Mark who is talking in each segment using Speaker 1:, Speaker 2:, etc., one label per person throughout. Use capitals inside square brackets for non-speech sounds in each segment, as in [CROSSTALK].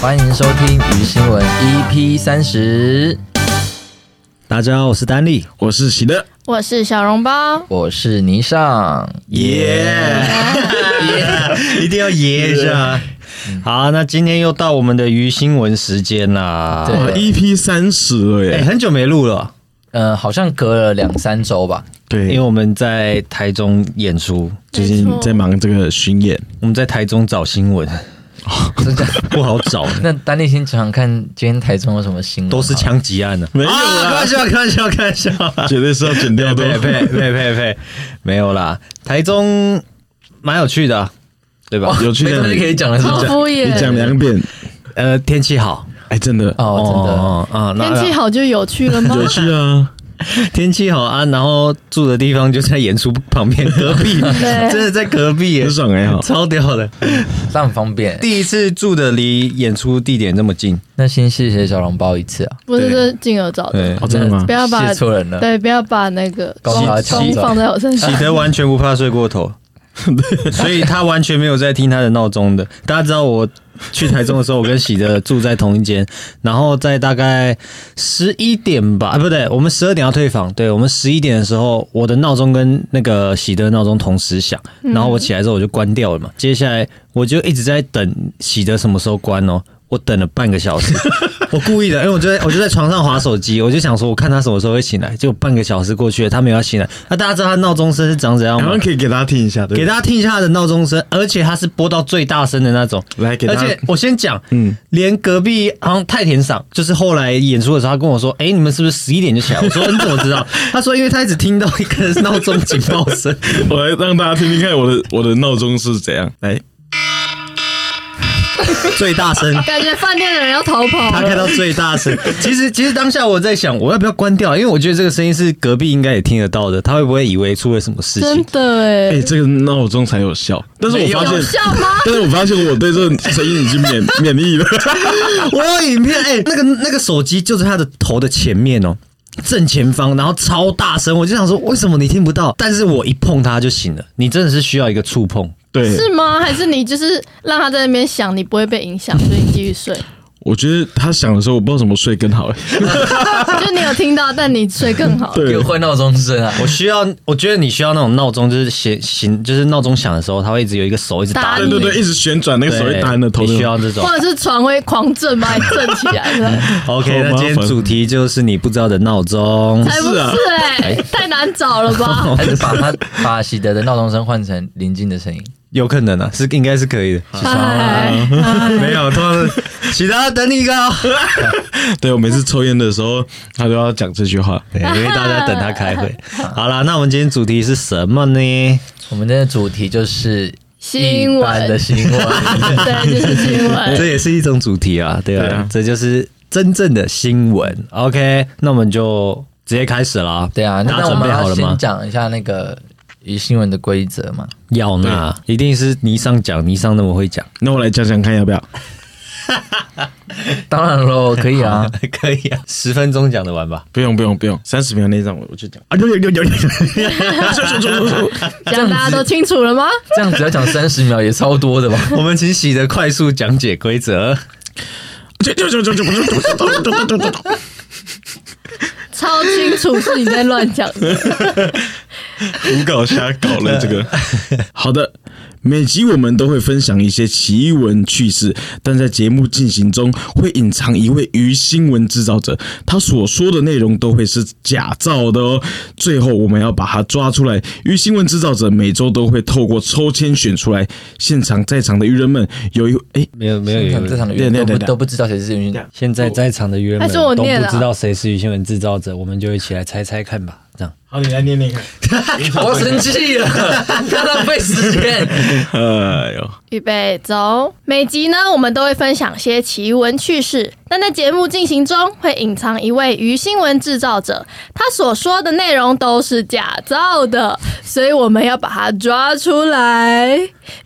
Speaker 1: 欢迎收听《鱼新闻》EP 三十，
Speaker 2: 大家好，我是丹力，
Speaker 3: 我是喜乐，
Speaker 4: 我是小笼包，
Speaker 1: 我是霓尚。
Speaker 2: 耶、
Speaker 3: [LAUGHS]
Speaker 2: 一定要耶一下。好，那今天又到我们的鱼新闻时间啦。
Speaker 1: 对
Speaker 3: 哇，EP 啊三十了
Speaker 2: 哎、
Speaker 3: 耶，
Speaker 2: 很久没录了，
Speaker 1: 呃，好像隔了两三周吧。 [LAUGHS]
Speaker 3: 对，
Speaker 2: 因为我们在台中演出，
Speaker 3: 最近在忙这个巡演，
Speaker 2: 我们在台中找新闻，
Speaker 1: 真的？
Speaker 2: 不好
Speaker 3: [LAUGHS]
Speaker 2: 找，
Speaker 1: 那丹立先想想看，今天台中有什么新闻？
Speaker 2: 都是。枪击案呢、啊。
Speaker 3: 没有啦
Speaker 2: 开玩笑，开玩笑，开玩笑。
Speaker 3: 绝 [LAUGHS] [LAUGHS] 对啊是要剪掉
Speaker 2: 呸
Speaker 3: 的。
Speaker 2: 呸呸呸呸，没有啦，台中蛮有趣的啊，对吧？
Speaker 3: 哦有趣的
Speaker 1: 没东西可以讲了是
Speaker 4: 好
Speaker 1: 吗？
Speaker 4: 敷
Speaker 3: 你讲
Speaker 4: 衍。
Speaker 3: 两遍，
Speaker 2: 呃，天气好，
Speaker 3: 哎，真的
Speaker 1: 哦，
Speaker 2: 哦啊，那
Speaker 4: 天气好就有趣了吗？
Speaker 3: [LAUGHS] 有趣啊！
Speaker 2: 天气好啊，然后住的地方就在演出旁边隔壁，
Speaker 4: 对
Speaker 2: 真的在隔壁耶
Speaker 3: 很，爽哎哈，
Speaker 2: 超屌的。
Speaker 1: 真的，这样很方便。
Speaker 2: 第一次住的离演出地点这么近，
Speaker 1: 那先谢谢小笼包一次啊，
Speaker 4: 不是
Speaker 2: 对
Speaker 4: 这是静儿找的，
Speaker 2: 对
Speaker 3: 哦，真的吗
Speaker 4: 不？要把
Speaker 1: 谢错人了。
Speaker 4: 对，不要把那个
Speaker 1: 光
Speaker 4: 光
Speaker 1: 把它抢
Speaker 4: 光
Speaker 1: 走
Speaker 4: 放在我身
Speaker 2: [LAUGHS]
Speaker 4: 上
Speaker 2: 喜。德完全不怕睡过 [LAUGHS] 头，所以他完全没有在听他的闹钟的。大家知道我去台中的时候，我跟喜德住在同一间，然后在大概十一点吧，啊不对，我们十二点要退房，对我们十一点的时候，我的闹钟跟那个喜德闹钟同时响，然后我起来之后我就关掉了嘛，接下来我就一直在等喜德什么时候关哦。我等了半个小时，我故意的，因为我就在我就在床上划手机，我就想说，我看他什么时候会醒来。结果半个小时过去了，他没有要醒来。那、大家知道他闹钟声是长怎样
Speaker 3: 好
Speaker 2: 吗
Speaker 3: 像？可以给大家听一下，对
Speaker 2: 给大家听一下他的闹钟声，而且他是播到最大声的那种。
Speaker 3: 来给大
Speaker 2: 而
Speaker 3: 家
Speaker 2: 且，我先讲，
Speaker 3: 嗯，
Speaker 2: 连隔壁好像太田赏，就是后来演出的时候，他跟我说：“哎、你们是不是十一点就起来？”我说：“你嗯怎么知道？” [LAUGHS] 他说：“因为他一直听到一个闹钟警报声。 [LAUGHS]
Speaker 3: 我来让大家听听看我的我的闹钟是怎样。来，”
Speaker 2: 最大声，
Speaker 4: 感觉饭店的人要逃跑
Speaker 2: 他开
Speaker 4: 了。
Speaker 2: 到最大声。 [LAUGHS] 其实，其实当下我在想，我要不要关掉？啊因为我觉得这个声音是隔壁应该也听得到的，他会不会以为出了什么事
Speaker 4: 真
Speaker 2: 情？
Speaker 4: 的
Speaker 3: 哎，
Speaker 4: 哎，
Speaker 3: 这个闹钟才有效，但是我发
Speaker 4: 有
Speaker 3: 现，
Speaker 4: 效吗？
Speaker 3: 但是我发现我对这个声音已经免 [LAUGHS] 免疫了。
Speaker 2: 我有影片，哎、那个那个手机就在他的头的前面哦。正前方，然后超大声，我就想说，为什么你听不到？但是我一碰它就醒了。你真的是需要一个触碰，
Speaker 3: 对，
Speaker 4: 是吗？还是你就是让他在那边想，你不会被影响，所以你继
Speaker 3: [LAUGHS]
Speaker 4: 续睡？
Speaker 3: 我觉得他想的时候，我不知道怎么睡更好。哎
Speaker 4: 就你有听到，但你睡更好。
Speaker 3: 对
Speaker 1: 给我，换闹钟声 [LAUGHS] 啊！
Speaker 2: [LAUGHS] 我需要，我觉得你需要那种闹钟，就是醒醒，就是闹钟响的时候，它会一直有一个手一直打
Speaker 4: 打
Speaker 2: 你，
Speaker 3: 对对对，一直旋转那个手会打你的头。
Speaker 2: 你需要这
Speaker 3: 啊
Speaker 2: 种。
Speaker 4: 或者是床会狂震把你震起
Speaker 3: [LAUGHS]
Speaker 4: 来的，
Speaker 2: OK，那
Speaker 3: 好麻烦
Speaker 2: 今天主题就是你不知道的闹钟。
Speaker 4: 才不
Speaker 3: 是啊
Speaker 4: 是哎，太难找了
Speaker 3: [LAUGHS]
Speaker 4: 吧？
Speaker 1: 还是把他把喜哦德的闹钟声换成邻近的声音。
Speaker 2: [LAUGHS] 有可能啊，是应该是可以的。
Speaker 3: 啊
Speaker 4: 哎，
Speaker 2: [LAUGHS] 没有，他们其他等你一个、哦，
Speaker 3: 对我每次抽烟的时候，他都要讲这句话。
Speaker 2: [LAUGHS] 对因为大家等他开会。 [LAUGHS] 好啦，那我们今天主题是什么呢？
Speaker 1: 我们今天的主题就是
Speaker 4: 新
Speaker 1: 一般的
Speaker 4: 闻，
Speaker 1: 新闻。
Speaker 4: 对，就是新闻。
Speaker 2: 这也是一种主题啊，哎对啊，
Speaker 3: 对啊
Speaker 2: 这就是真正的新闻。OK，那我们就直接开始啦。
Speaker 1: 对啊，
Speaker 2: 大
Speaker 1: 那
Speaker 2: 家
Speaker 1: 那我
Speaker 2: 准
Speaker 1: 们
Speaker 2: 备好
Speaker 1: 要
Speaker 2: 了
Speaker 1: 先
Speaker 2: 吗？
Speaker 1: 讲一下那个以新闻的规则嘛。
Speaker 2: 要呢，一定是尼桑讲，尼桑那么会讲，
Speaker 3: 那我来讲讲看要不要？
Speaker 1: 当然喽，可以啊。
Speaker 2: [LAUGHS] 可以啊，十分钟讲得完吧？ [LAUGHS]
Speaker 3: 不用不用不用，三十秒内让我我就讲。啊，有有有有有，
Speaker 4: 这样大家都清楚了吗？
Speaker 1: [LAUGHS] 这样只要讲三十秒也超多的吧？
Speaker 2: 我们请喜的快速讲解规则。
Speaker 3: 就就就就就就就
Speaker 4: 超清楚是你在乱讲的，
Speaker 3: 胡搞瞎搞了这个。 [LAUGHS] 好的，每集我们都会分享一些奇闻趣事，但在节目进行中会隐藏一位鱼新闻制造者，他所说的内容都会是假造的哦。最后我们要把他抓出来。鱼新闻制造者每周都会透过抽签选出来，现场在场的鱼人们有一 [LAUGHS] 哎。
Speaker 2: 没有没有有
Speaker 1: 这场的舆
Speaker 3: 对对
Speaker 1: 论都
Speaker 3: 对
Speaker 1: 不
Speaker 3: 对
Speaker 1: 都不知道谁是云。
Speaker 2: 现在在场的约
Speaker 4: 还
Speaker 2: 们
Speaker 4: 是我
Speaker 2: 都
Speaker 4: 念
Speaker 2: 不
Speaker 4: 了啊
Speaker 2: 知道谁是于新闻制造者，我们就一起来猜猜看吧。这样，
Speaker 3: 好，你来念念看。
Speaker 1: [LAUGHS] 我要生气了，他浪费时间。
Speaker 3: 哎呦，
Speaker 4: 预备走。每集呢，我们都会分享些奇闻趣事，但在节目进行中会隐藏一位鱼新闻制造者，他所说的内容都是假造的，所以我们要把他抓出来。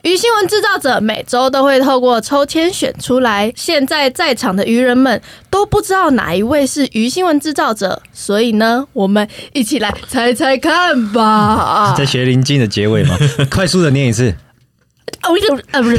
Speaker 4: 鱼新闻制造者每周都会透过抽签选出来，现在在场的鱼人们都不知道哪一位是鱼新闻制造者，所以呢，我们一起来猜猜看吧。
Speaker 2: 在学临近的结尾 [LAUGHS] 嘛，
Speaker 4: 呃
Speaker 2: 快速的念一次。
Speaker 4: 啊，我就啊不是，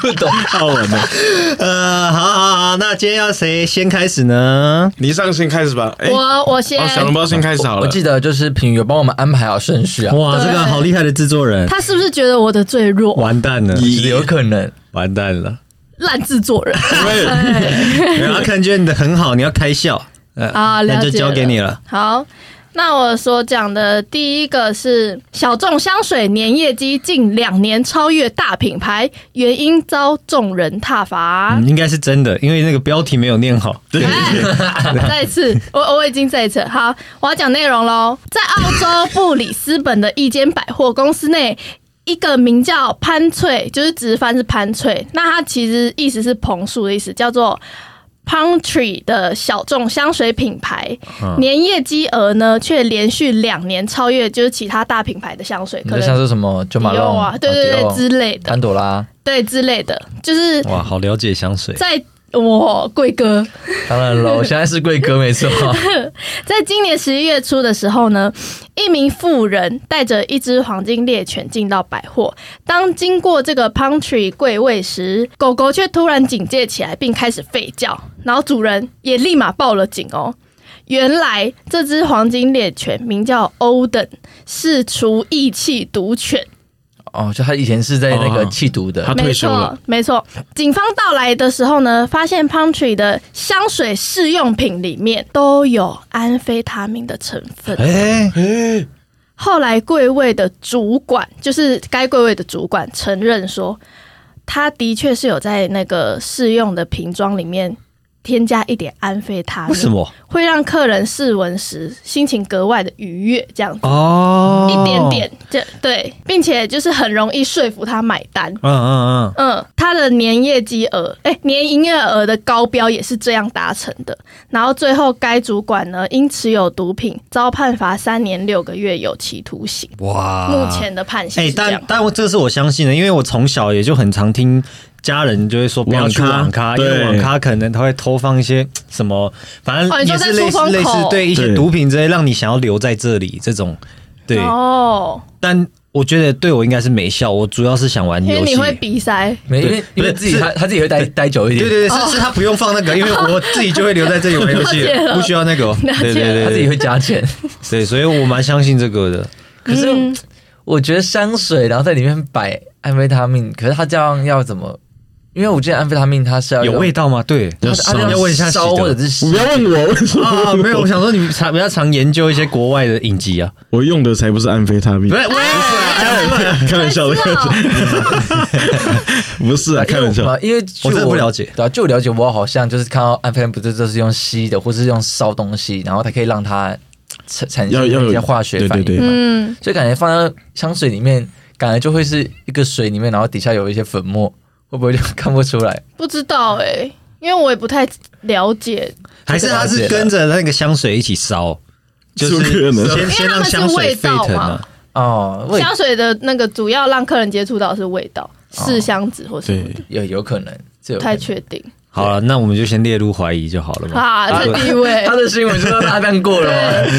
Speaker 1: 不懂。
Speaker 3: 好玩
Speaker 2: 啊
Speaker 3: 的。
Speaker 2: [LAUGHS] 呃，好好好，那今天要谁先开始呢？
Speaker 3: 你上先开始吧。哎，哦，
Speaker 4: 我我先，
Speaker 3: 小笼包先开始好
Speaker 1: 我
Speaker 3: 了。
Speaker 1: 记得就是品有帮我们安排好顺序
Speaker 2: [LAUGHS]
Speaker 1: 啊，
Speaker 2: 哇，这个好厉害的制作人，
Speaker 4: 他是不是觉得我的最弱？
Speaker 2: 完蛋了，
Speaker 1: 其实有可能。
Speaker 2: 完蛋 [LAUGHS] 了。
Speaker 4: 烂制作人
Speaker 2: 然后看见你的很好，你要开笑，呃
Speaker 4: 啊，了
Speaker 2: 那
Speaker 4: 解
Speaker 2: 就交给你了。。
Speaker 4: [LAUGHS] 好，那我所讲的第一个是小众香水年业绩近两年超越大品牌，原因遭众人挞伐。
Speaker 2: 嗯，应该是真的，因为那个标题没有念
Speaker 4: [LAUGHS]
Speaker 2: 好。对，
Speaker 4: 再一次，我我已经再一次好，我要讲内容喽。在澳洲布里斯本的一间百货公司内，一个名叫潘翠，就是直翻是潘翠，那它其实意思是彭树的意思，叫做 Palm Tree 的小众香水品牌，
Speaker 1: 嗯
Speaker 4: 年业绩额呢却连续两年超越就是其他大品牌的香水，
Speaker 1: 你
Speaker 4: 可
Speaker 1: 就像
Speaker 4: 能
Speaker 1: 是什哦么就马
Speaker 4: 迪奥
Speaker 1: 龙
Speaker 4: 啊，对对
Speaker 1: [LAUGHS]
Speaker 4: 对之类的，
Speaker 1: 潘朵拉，
Speaker 4: 对之类的，就是
Speaker 1: 哦
Speaker 2: 哇，好了解香水，
Speaker 4: 在我贵哥。
Speaker 1: 当然
Speaker 4: [LAUGHS]
Speaker 1: 了，我现在是贵哥没错。
Speaker 4: 在今年十一月初的时候呢，一名妇人带着一只黄金猎犬进到百货，当经过这个 Palm Tree 柜位时，狗狗却突然警戒起来，并开始吠叫，然后主人也立马报了警哦。原来这只黄金猎犬名叫 Olden，是除异气毒犬。
Speaker 1: 哦，就他以前是在那个
Speaker 3: 哦
Speaker 1: 气毒的
Speaker 2: 啊
Speaker 3: 他，退
Speaker 4: 没
Speaker 3: 休
Speaker 4: 错
Speaker 3: 了，
Speaker 4: 没错。警方到来的时候呢，发现 Palm Tree 的香水试用品里面都有安非他命的成分。
Speaker 2: 哎，
Speaker 4: 后来柜位的主管，就是该柜位的主管承认说，他的确是有在那个试用的瓶装里面添加一点安非他
Speaker 2: 为什
Speaker 4: 命，
Speaker 2: 么？
Speaker 4: 会让客人试闻时心情格外的愉悦，这样子。
Speaker 2: 哦，
Speaker 4: 一点点，这对，并且就是很容易说服他买单。
Speaker 2: 嗯，嗯嗯
Speaker 4: 嗯，它的年业绩额，哎、年营业额的高标也是这样达成的。然后最后，该主管呢因持有毒品遭判罚三年六个月有期徒刑。
Speaker 2: 嗯，哇，
Speaker 4: 目前的判
Speaker 2: 哎、
Speaker 4: 刑是这样
Speaker 2: 但。但我这是我相信的，因为我从小也就很常听家人就会说不要去
Speaker 3: 网咖
Speaker 2: 网咖，因为
Speaker 3: 对
Speaker 2: 网咖可能他会偷放一些什么，反正
Speaker 4: 哦你说
Speaker 2: 也
Speaker 4: 在
Speaker 2: 是类
Speaker 4: 出
Speaker 2: 似、
Speaker 4: 风
Speaker 2: 类似
Speaker 4: 口
Speaker 2: 对一些
Speaker 3: 对
Speaker 2: 毒品之类，让你想要留在这里这种。对，
Speaker 4: 哦，
Speaker 2: 但我觉得对我应该是没效，我主要是想玩
Speaker 4: 因为
Speaker 2: 游
Speaker 4: 你
Speaker 2: 戏。
Speaker 4: 会鼻塞，
Speaker 1: 没因为
Speaker 2: 不
Speaker 1: 因
Speaker 2: 是
Speaker 1: 为自己
Speaker 2: 是
Speaker 1: 他他自己会待待久一
Speaker 2: 对
Speaker 1: 点，
Speaker 2: 对对，是是他不用放
Speaker 4: [LAUGHS]
Speaker 2: 那个，因为我自己就会留在这里玩游戏
Speaker 4: 哦了解，了
Speaker 2: 不需要那个哦。
Speaker 4: 了解
Speaker 2: 对对对
Speaker 1: 他自己
Speaker 2: 对
Speaker 1: 会加钱。
Speaker 2: 对，所以我蛮相信这个的。
Speaker 1: 可是我觉得香水，然后在里面摆安非他命，可是他这样要怎么？因为我记得安非他命它是要
Speaker 2: 有味
Speaker 1: 道，
Speaker 2: 道吗？对，
Speaker 1: 它是它是
Speaker 2: 要问一下
Speaker 1: 烧
Speaker 2: 喜德
Speaker 1: 或者是
Speaker 3: 你
Speaker 1: 洗
Speaker 3: 不要问我，为什么
Speaker 2: 啊， [LAUGHS] 没有，我想说你常比较常研究一些国外的影集啊，
Speaker 3: 我用的才不是安非他命
Speaker 4: 哎
Speaker 2: 不，是，哎我
Speaker 3: 开玩笑的，开玩笑的，不是啊，开玩笑。
Speaker 1: 因为据
Speaker 2: 我真的不了解
Speaker 1: 对啊，据我了解，我好像就是看到安非他命不是就是用吸的，或是用烧东西，然后它可以让它产产
Speaker 3: 要
Speaker 1: 生
Speaker 3: 要有
Speaker 1: 一些化学反应，
Speaker 3: 对对对
Speaker 4: 嗯，
Speaker 1: 所以感觉放到香水里面，感觉就会是一个水里面，然后底下有一些粉末，会不会就看不出来？
Speaker 4: 不知道哎、因为我也不太了解，
Speaker 2: 还是它是跟着那个香水一起烧，就是
Speaker 3: 有可能
Speaker 2: 先先让香水沸腾啊。
Speaker 1: 哦，味
Speaker 4: 香水的那个主要让客人接触到的是味道，试香纸或什么
Speaker 3: 对
Speaker 4: 的，，
Speaker 1: 有有可能，这有
Speaker 4: 不
Speaker 1: 可能
Speaker 4: 太确定
Speaker 2: 好了，那我们就先列入怀疑就好了嘛。嗯
Speaker 4: 啊，这第一位
Speaker 1: [LAUGHS] 他的新闻就拉淡过了嘛，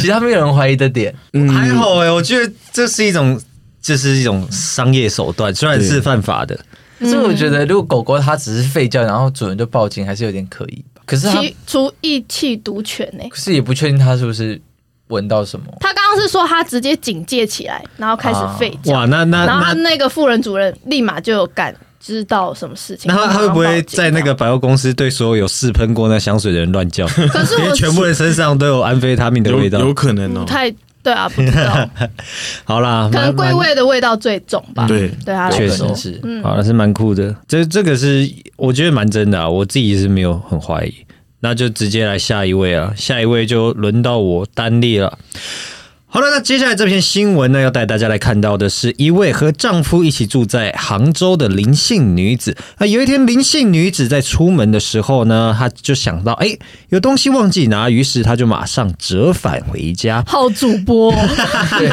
Speaker 1: 其他没有人怀疑的点，
Speaker 2: 还好哎、我觉得这是一种，这是一种商业手段，虽然是犯法的。
Speaker 1: 所以我觉得如果狗狗它只是吠叫，然后主人就报警，还是有点可疑吧。可是它，
Speaker 4: 其除异气毒犬呢、
Speaker 1: 可是也不确定它是不是闻到什么。
Speaker 4: 他刚刚是说他直接警戒起来，然后开始
Speaker 1: 啊
Speaker 4: 吠叫，
Speaker 2: 哇，那那
Speaker 4: 然后他
Speaker 2: 那
Speaker 4: 那个妇人主任立马就有感知到什么事情，
Speaker 2: 那他他会不会在那
Speaker 4: 个？
Speaker 2: 个百货公司对所有有试喷过那香水的人乱
Speaker 4: [LAUGHS]
Speaker 2: 叫？[LAUGHS]
Speaker 4: 可是
Speaker 2: 因为
Speaker 4: 我
Speaker 2: 全部人身上都有安非他命的
Speaker 3: 有
Speaker 2: 味道。
Speaker 3: 有可能
Speaker 4: 不
Speaker 3: 哦，
Speaker 4: 太对啊，不知道，
Speaker 2: 好啦，
Speaker 4: 可能
Speaker 2: 蛮
Speaker 4: 贵
Speaker 2: 蛮
Speaker 4: 味的味道最重吧。
Speaker 3: 对
Speaker 4: 对啊，
Speaker 2: 确
Speaker 1: 实
Speaker 4: 来说
Speaker 1: 是
Speaker 4: 嗯，
Speaker 2: 好了，是蛮酷的。这这个是我觉得蛮真的啊，我自己是没有很怀疑。那就直接来下一位啊，下一位就轮到我单立了。好了，那接下来这篇新闻呢，要带大家来看到的是一位和丈夫一起住在杭州的林姓女子。啊，有一天林姓女子在出门的时候呢，她就想到，哎、有东西忘记拿，于是她就马上折返回家。
Speaker 4: 好主
Speaker 2: [LAUGHS]
Speaker 4: 播哦，
Speaker 1: 对，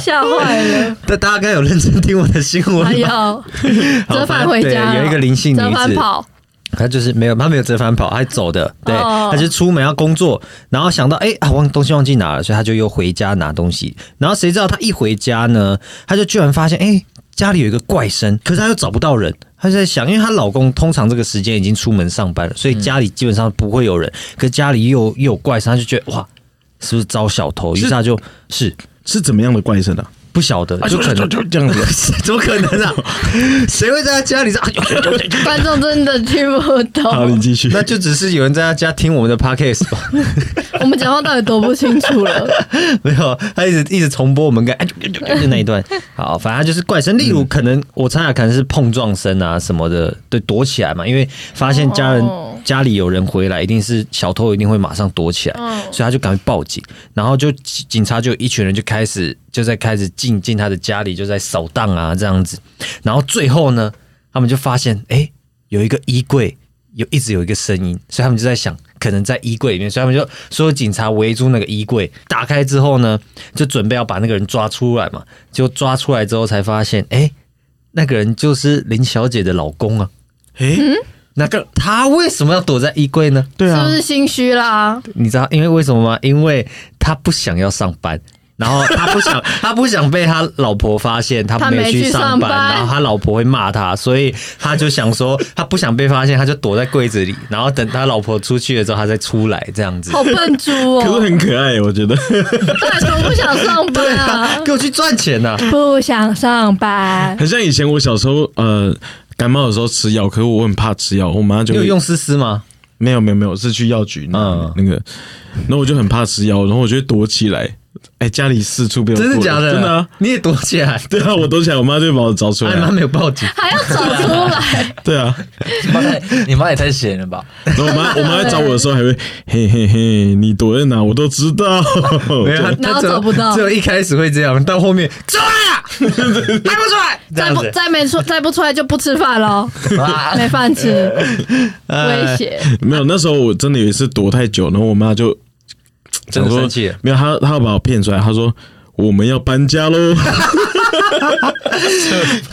Speaker 4: 吓坏了，
Speaker 2: 那大家有认真听我的新闻吗
Speaker 4: 哎？呀，
Speaker 2: 好
Speaker 4: 折返回家
Speaker 2: 反正
Speaker 4: 了，
Speaker 2: 对有一个林姓女子
Speaker 4: 折返跑，
Speaker 2: 他就是没有，他没有折返跑，他走的，对，
Speaker 4: 哦
Speaker 2: 他就出门要工作，然后想到哎、啊忘东西忘记拿了，所以他就又回家拿东西，然后谁知道他一回家呢，他就居然发现哎、家里有一个怪声，可是她又找不到人。她就在想，因为她老公通常这个时间已经出门上班了，所以家里基本上不会有人。可是家里又有又有怪声，她就觉得哇，是不是招小偷？于是她就是
Speaker 3: 是怎么样的怪声啊？
Speaker 2: 不晓得，就可能
Speaker 3: 就这样子。
Speaker 2: 怎么可能啊？ [LAUGHS] 谁会在他家里 [LAUGHS] 说？
Speaker 4: 观众真的听不
Speaker 3: 好，
Speaker 4: 懂
Speaker 3: 你，继续。
Speaker 2: 那就只是有人在他家听我们的 podcast 吧？
Speaker 4: 我们讲话到底多不清
Speaker 2: [LAUGHS]
Speaker 4: 楚了。
Speaker 2: 没有，他一直一直重播我们刚哎就就就那一段。好，反正他就是怪声，例如可能我猜啊，可能是碰撞声啊什么的，对，躲起来嘛，因为发现家人、
Speaker 4: 哦
Speaker 2: 家里有人回来，一定是小偷，一定会马上躲起来，
Speaker 4: 嗯
Speaker 2: 所以他就赶快报警，然后就警警察就有一群人就开始就在开始进进他的家里，就在扫荡啊这样子，然后最后呢，他们就发现哎、诶有一个衣柜有一直有一个声音，所以他们就在想。可能在衣柜里面，所以他们就所有警察围住那个衣柜，打开之后呢，就准备要把那个人抓出来嘛。就抓出来之后才发现，哎、那个人就是林小姐的老公啊。
Speaker 3: 哎，
Speaker 2: 那个他为什么要躲在衣柜呢？
Speaker 3: 对
Speaker 4: 是
Speaker 3: 啊
Speaker 4: 不，是心虚啦？
Speaker 2: 你知道因为为什么吗？因为他不想要上班，然后他不
Speaker 4: [LAUGHS]
Speaker 2: 想他不想被他老婆发现他
Speaker 4: 他没
Speaker 2: 没
Speaker 4: 去
Speaker 2: 去上
Speaker 4: 上
Speaker 2: 班，
Speaker 4: 班
Speaker 2: 然后他老婆会骂他，所以他就想说他不想被发现，他就躲在柜子里，然后等他老婆出去了之后，他再出来这样子。
Speaker 4: 好笨猪
Speaker 3: 可是
Speaker 4: 哦！
Speaker 3: 很可爱，我觉得。
Speaker 4: 拜托，不想上
Speaker 2: 对
Speaker 4: 班
Speaker 2: 啊
Speaker 4: 啊，，
Speaker 2: 给我去赚钱呐、
Speaker 4: 不想上班。
Speaker 3: 很像以前我小时候，呃，感冒的时候吃药，可是我很怕吃药，我妈就
Speaker 2: 你有
Speaker 3: 会
Speaker 2: 用思思吗？
Speaker 3: 没有没有没有是去药局拿
Speaker 2: 嗯
Speaker 3: 那个，然后我就很怕吃药，然后我就会躲起来，哎，家里四处被我
Speaker 2: 真的
Speaker 3: 躲
Speaker 2: 假的？
Speaker 3: 真的啊，
Speaker 2: 你也躲起来？
Speaker 3: 对啊，我躲起来，我妈就会把我找出
Speaker 2: 哎，妈
Speaker 3: 来，
Speaker 2: 没有报警。
Speaker 4: 还要找出
Speaker 2: [LAUGHS]
Speaker 4: 来，
Speaker 3: 对啊，
Speaker 1: 你妈太你妈也太闲了吧？
Speaker 3: 然后我妈我妈在找我的时候还会，嘿嘿嘿，你躲在哪我都知道，
Speaker 2: 没有，他
Speaker 4: 然
Speaker 2: 他
Speaker 4: 后
Speaker 2: 只有
Speaker 4: 找不到
Speaker 2: 只有一开始会这样，到后面出 [LAUGHS] 来了，还不出来，这
Speaker 4: 再
Speaker 2: 样
Speaker 4: 不
Speaker 2: 子
Speaker 4: 再没出再不出来就不吃
Speaker 2: [LAUGHS]
Speaker 4: 饭喽，
Speaker 1: 啊
Speaker 4: 没饭吃，
Speaker 2: 哎
Speaker 4: 威胁。
Speaker 3: [LAUGHS] 没有，那时候我真的有一次躲太久，然后我妈就
Speaker 2: 真的
Speaker 3: 想说
Speaker 2: 生气了。
Speaker 3: 没有，她她要把我骗出来，她说我们要搬家 [LAUGHS] 喽，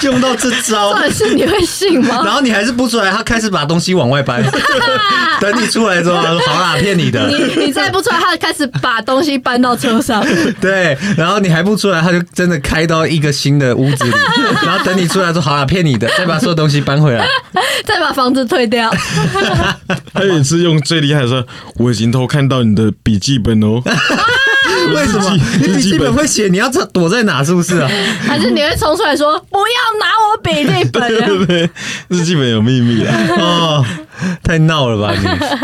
Speaker 2: 用到这招
Speaker 4: 到，底是你会信
Speaker 2: 然 [LAUGHS]
Speaker 4: 吗？
Speaker 2: 后你还是不出来，他开始把东西往外 [LAUGHS] 搬。等你出来之后，他说好啦，骗你的。
Speaker 4: 你你再不出来，他开始把东西搬到车上。 [LAUGHS]
Speaker 2: 对，然后你还不出来，他就真的开到一个新的屋子里，然后等你出来说好啦，骗你的，再把所有东西搬回来。
Speaker 4: 再把房子退
Speaker 2: [LAUGHS]
Speaker 4: 掉，
Speaker 3: 还有一次用最厉害的说，我已经偷看到你的笔记本 [LAUGHS] 哦。
Speaker 2: 为什么？
Speaker 3: 日
Speaker 2: 你
Speaker 3: 记
Speaker 2: 笔记
Speaker 3: 日记
Speaker 2: 本
Speaker 3: 本
Speaker 2: 会写你要躲在哪，是不 [LAUGHS] 是啊？
Speaker 4: 还是你会冲出来说不要拿我笔记本？
Speaker 3: 对对，日记本有秘密啊！
Speaker 2: 哦，太闹了吧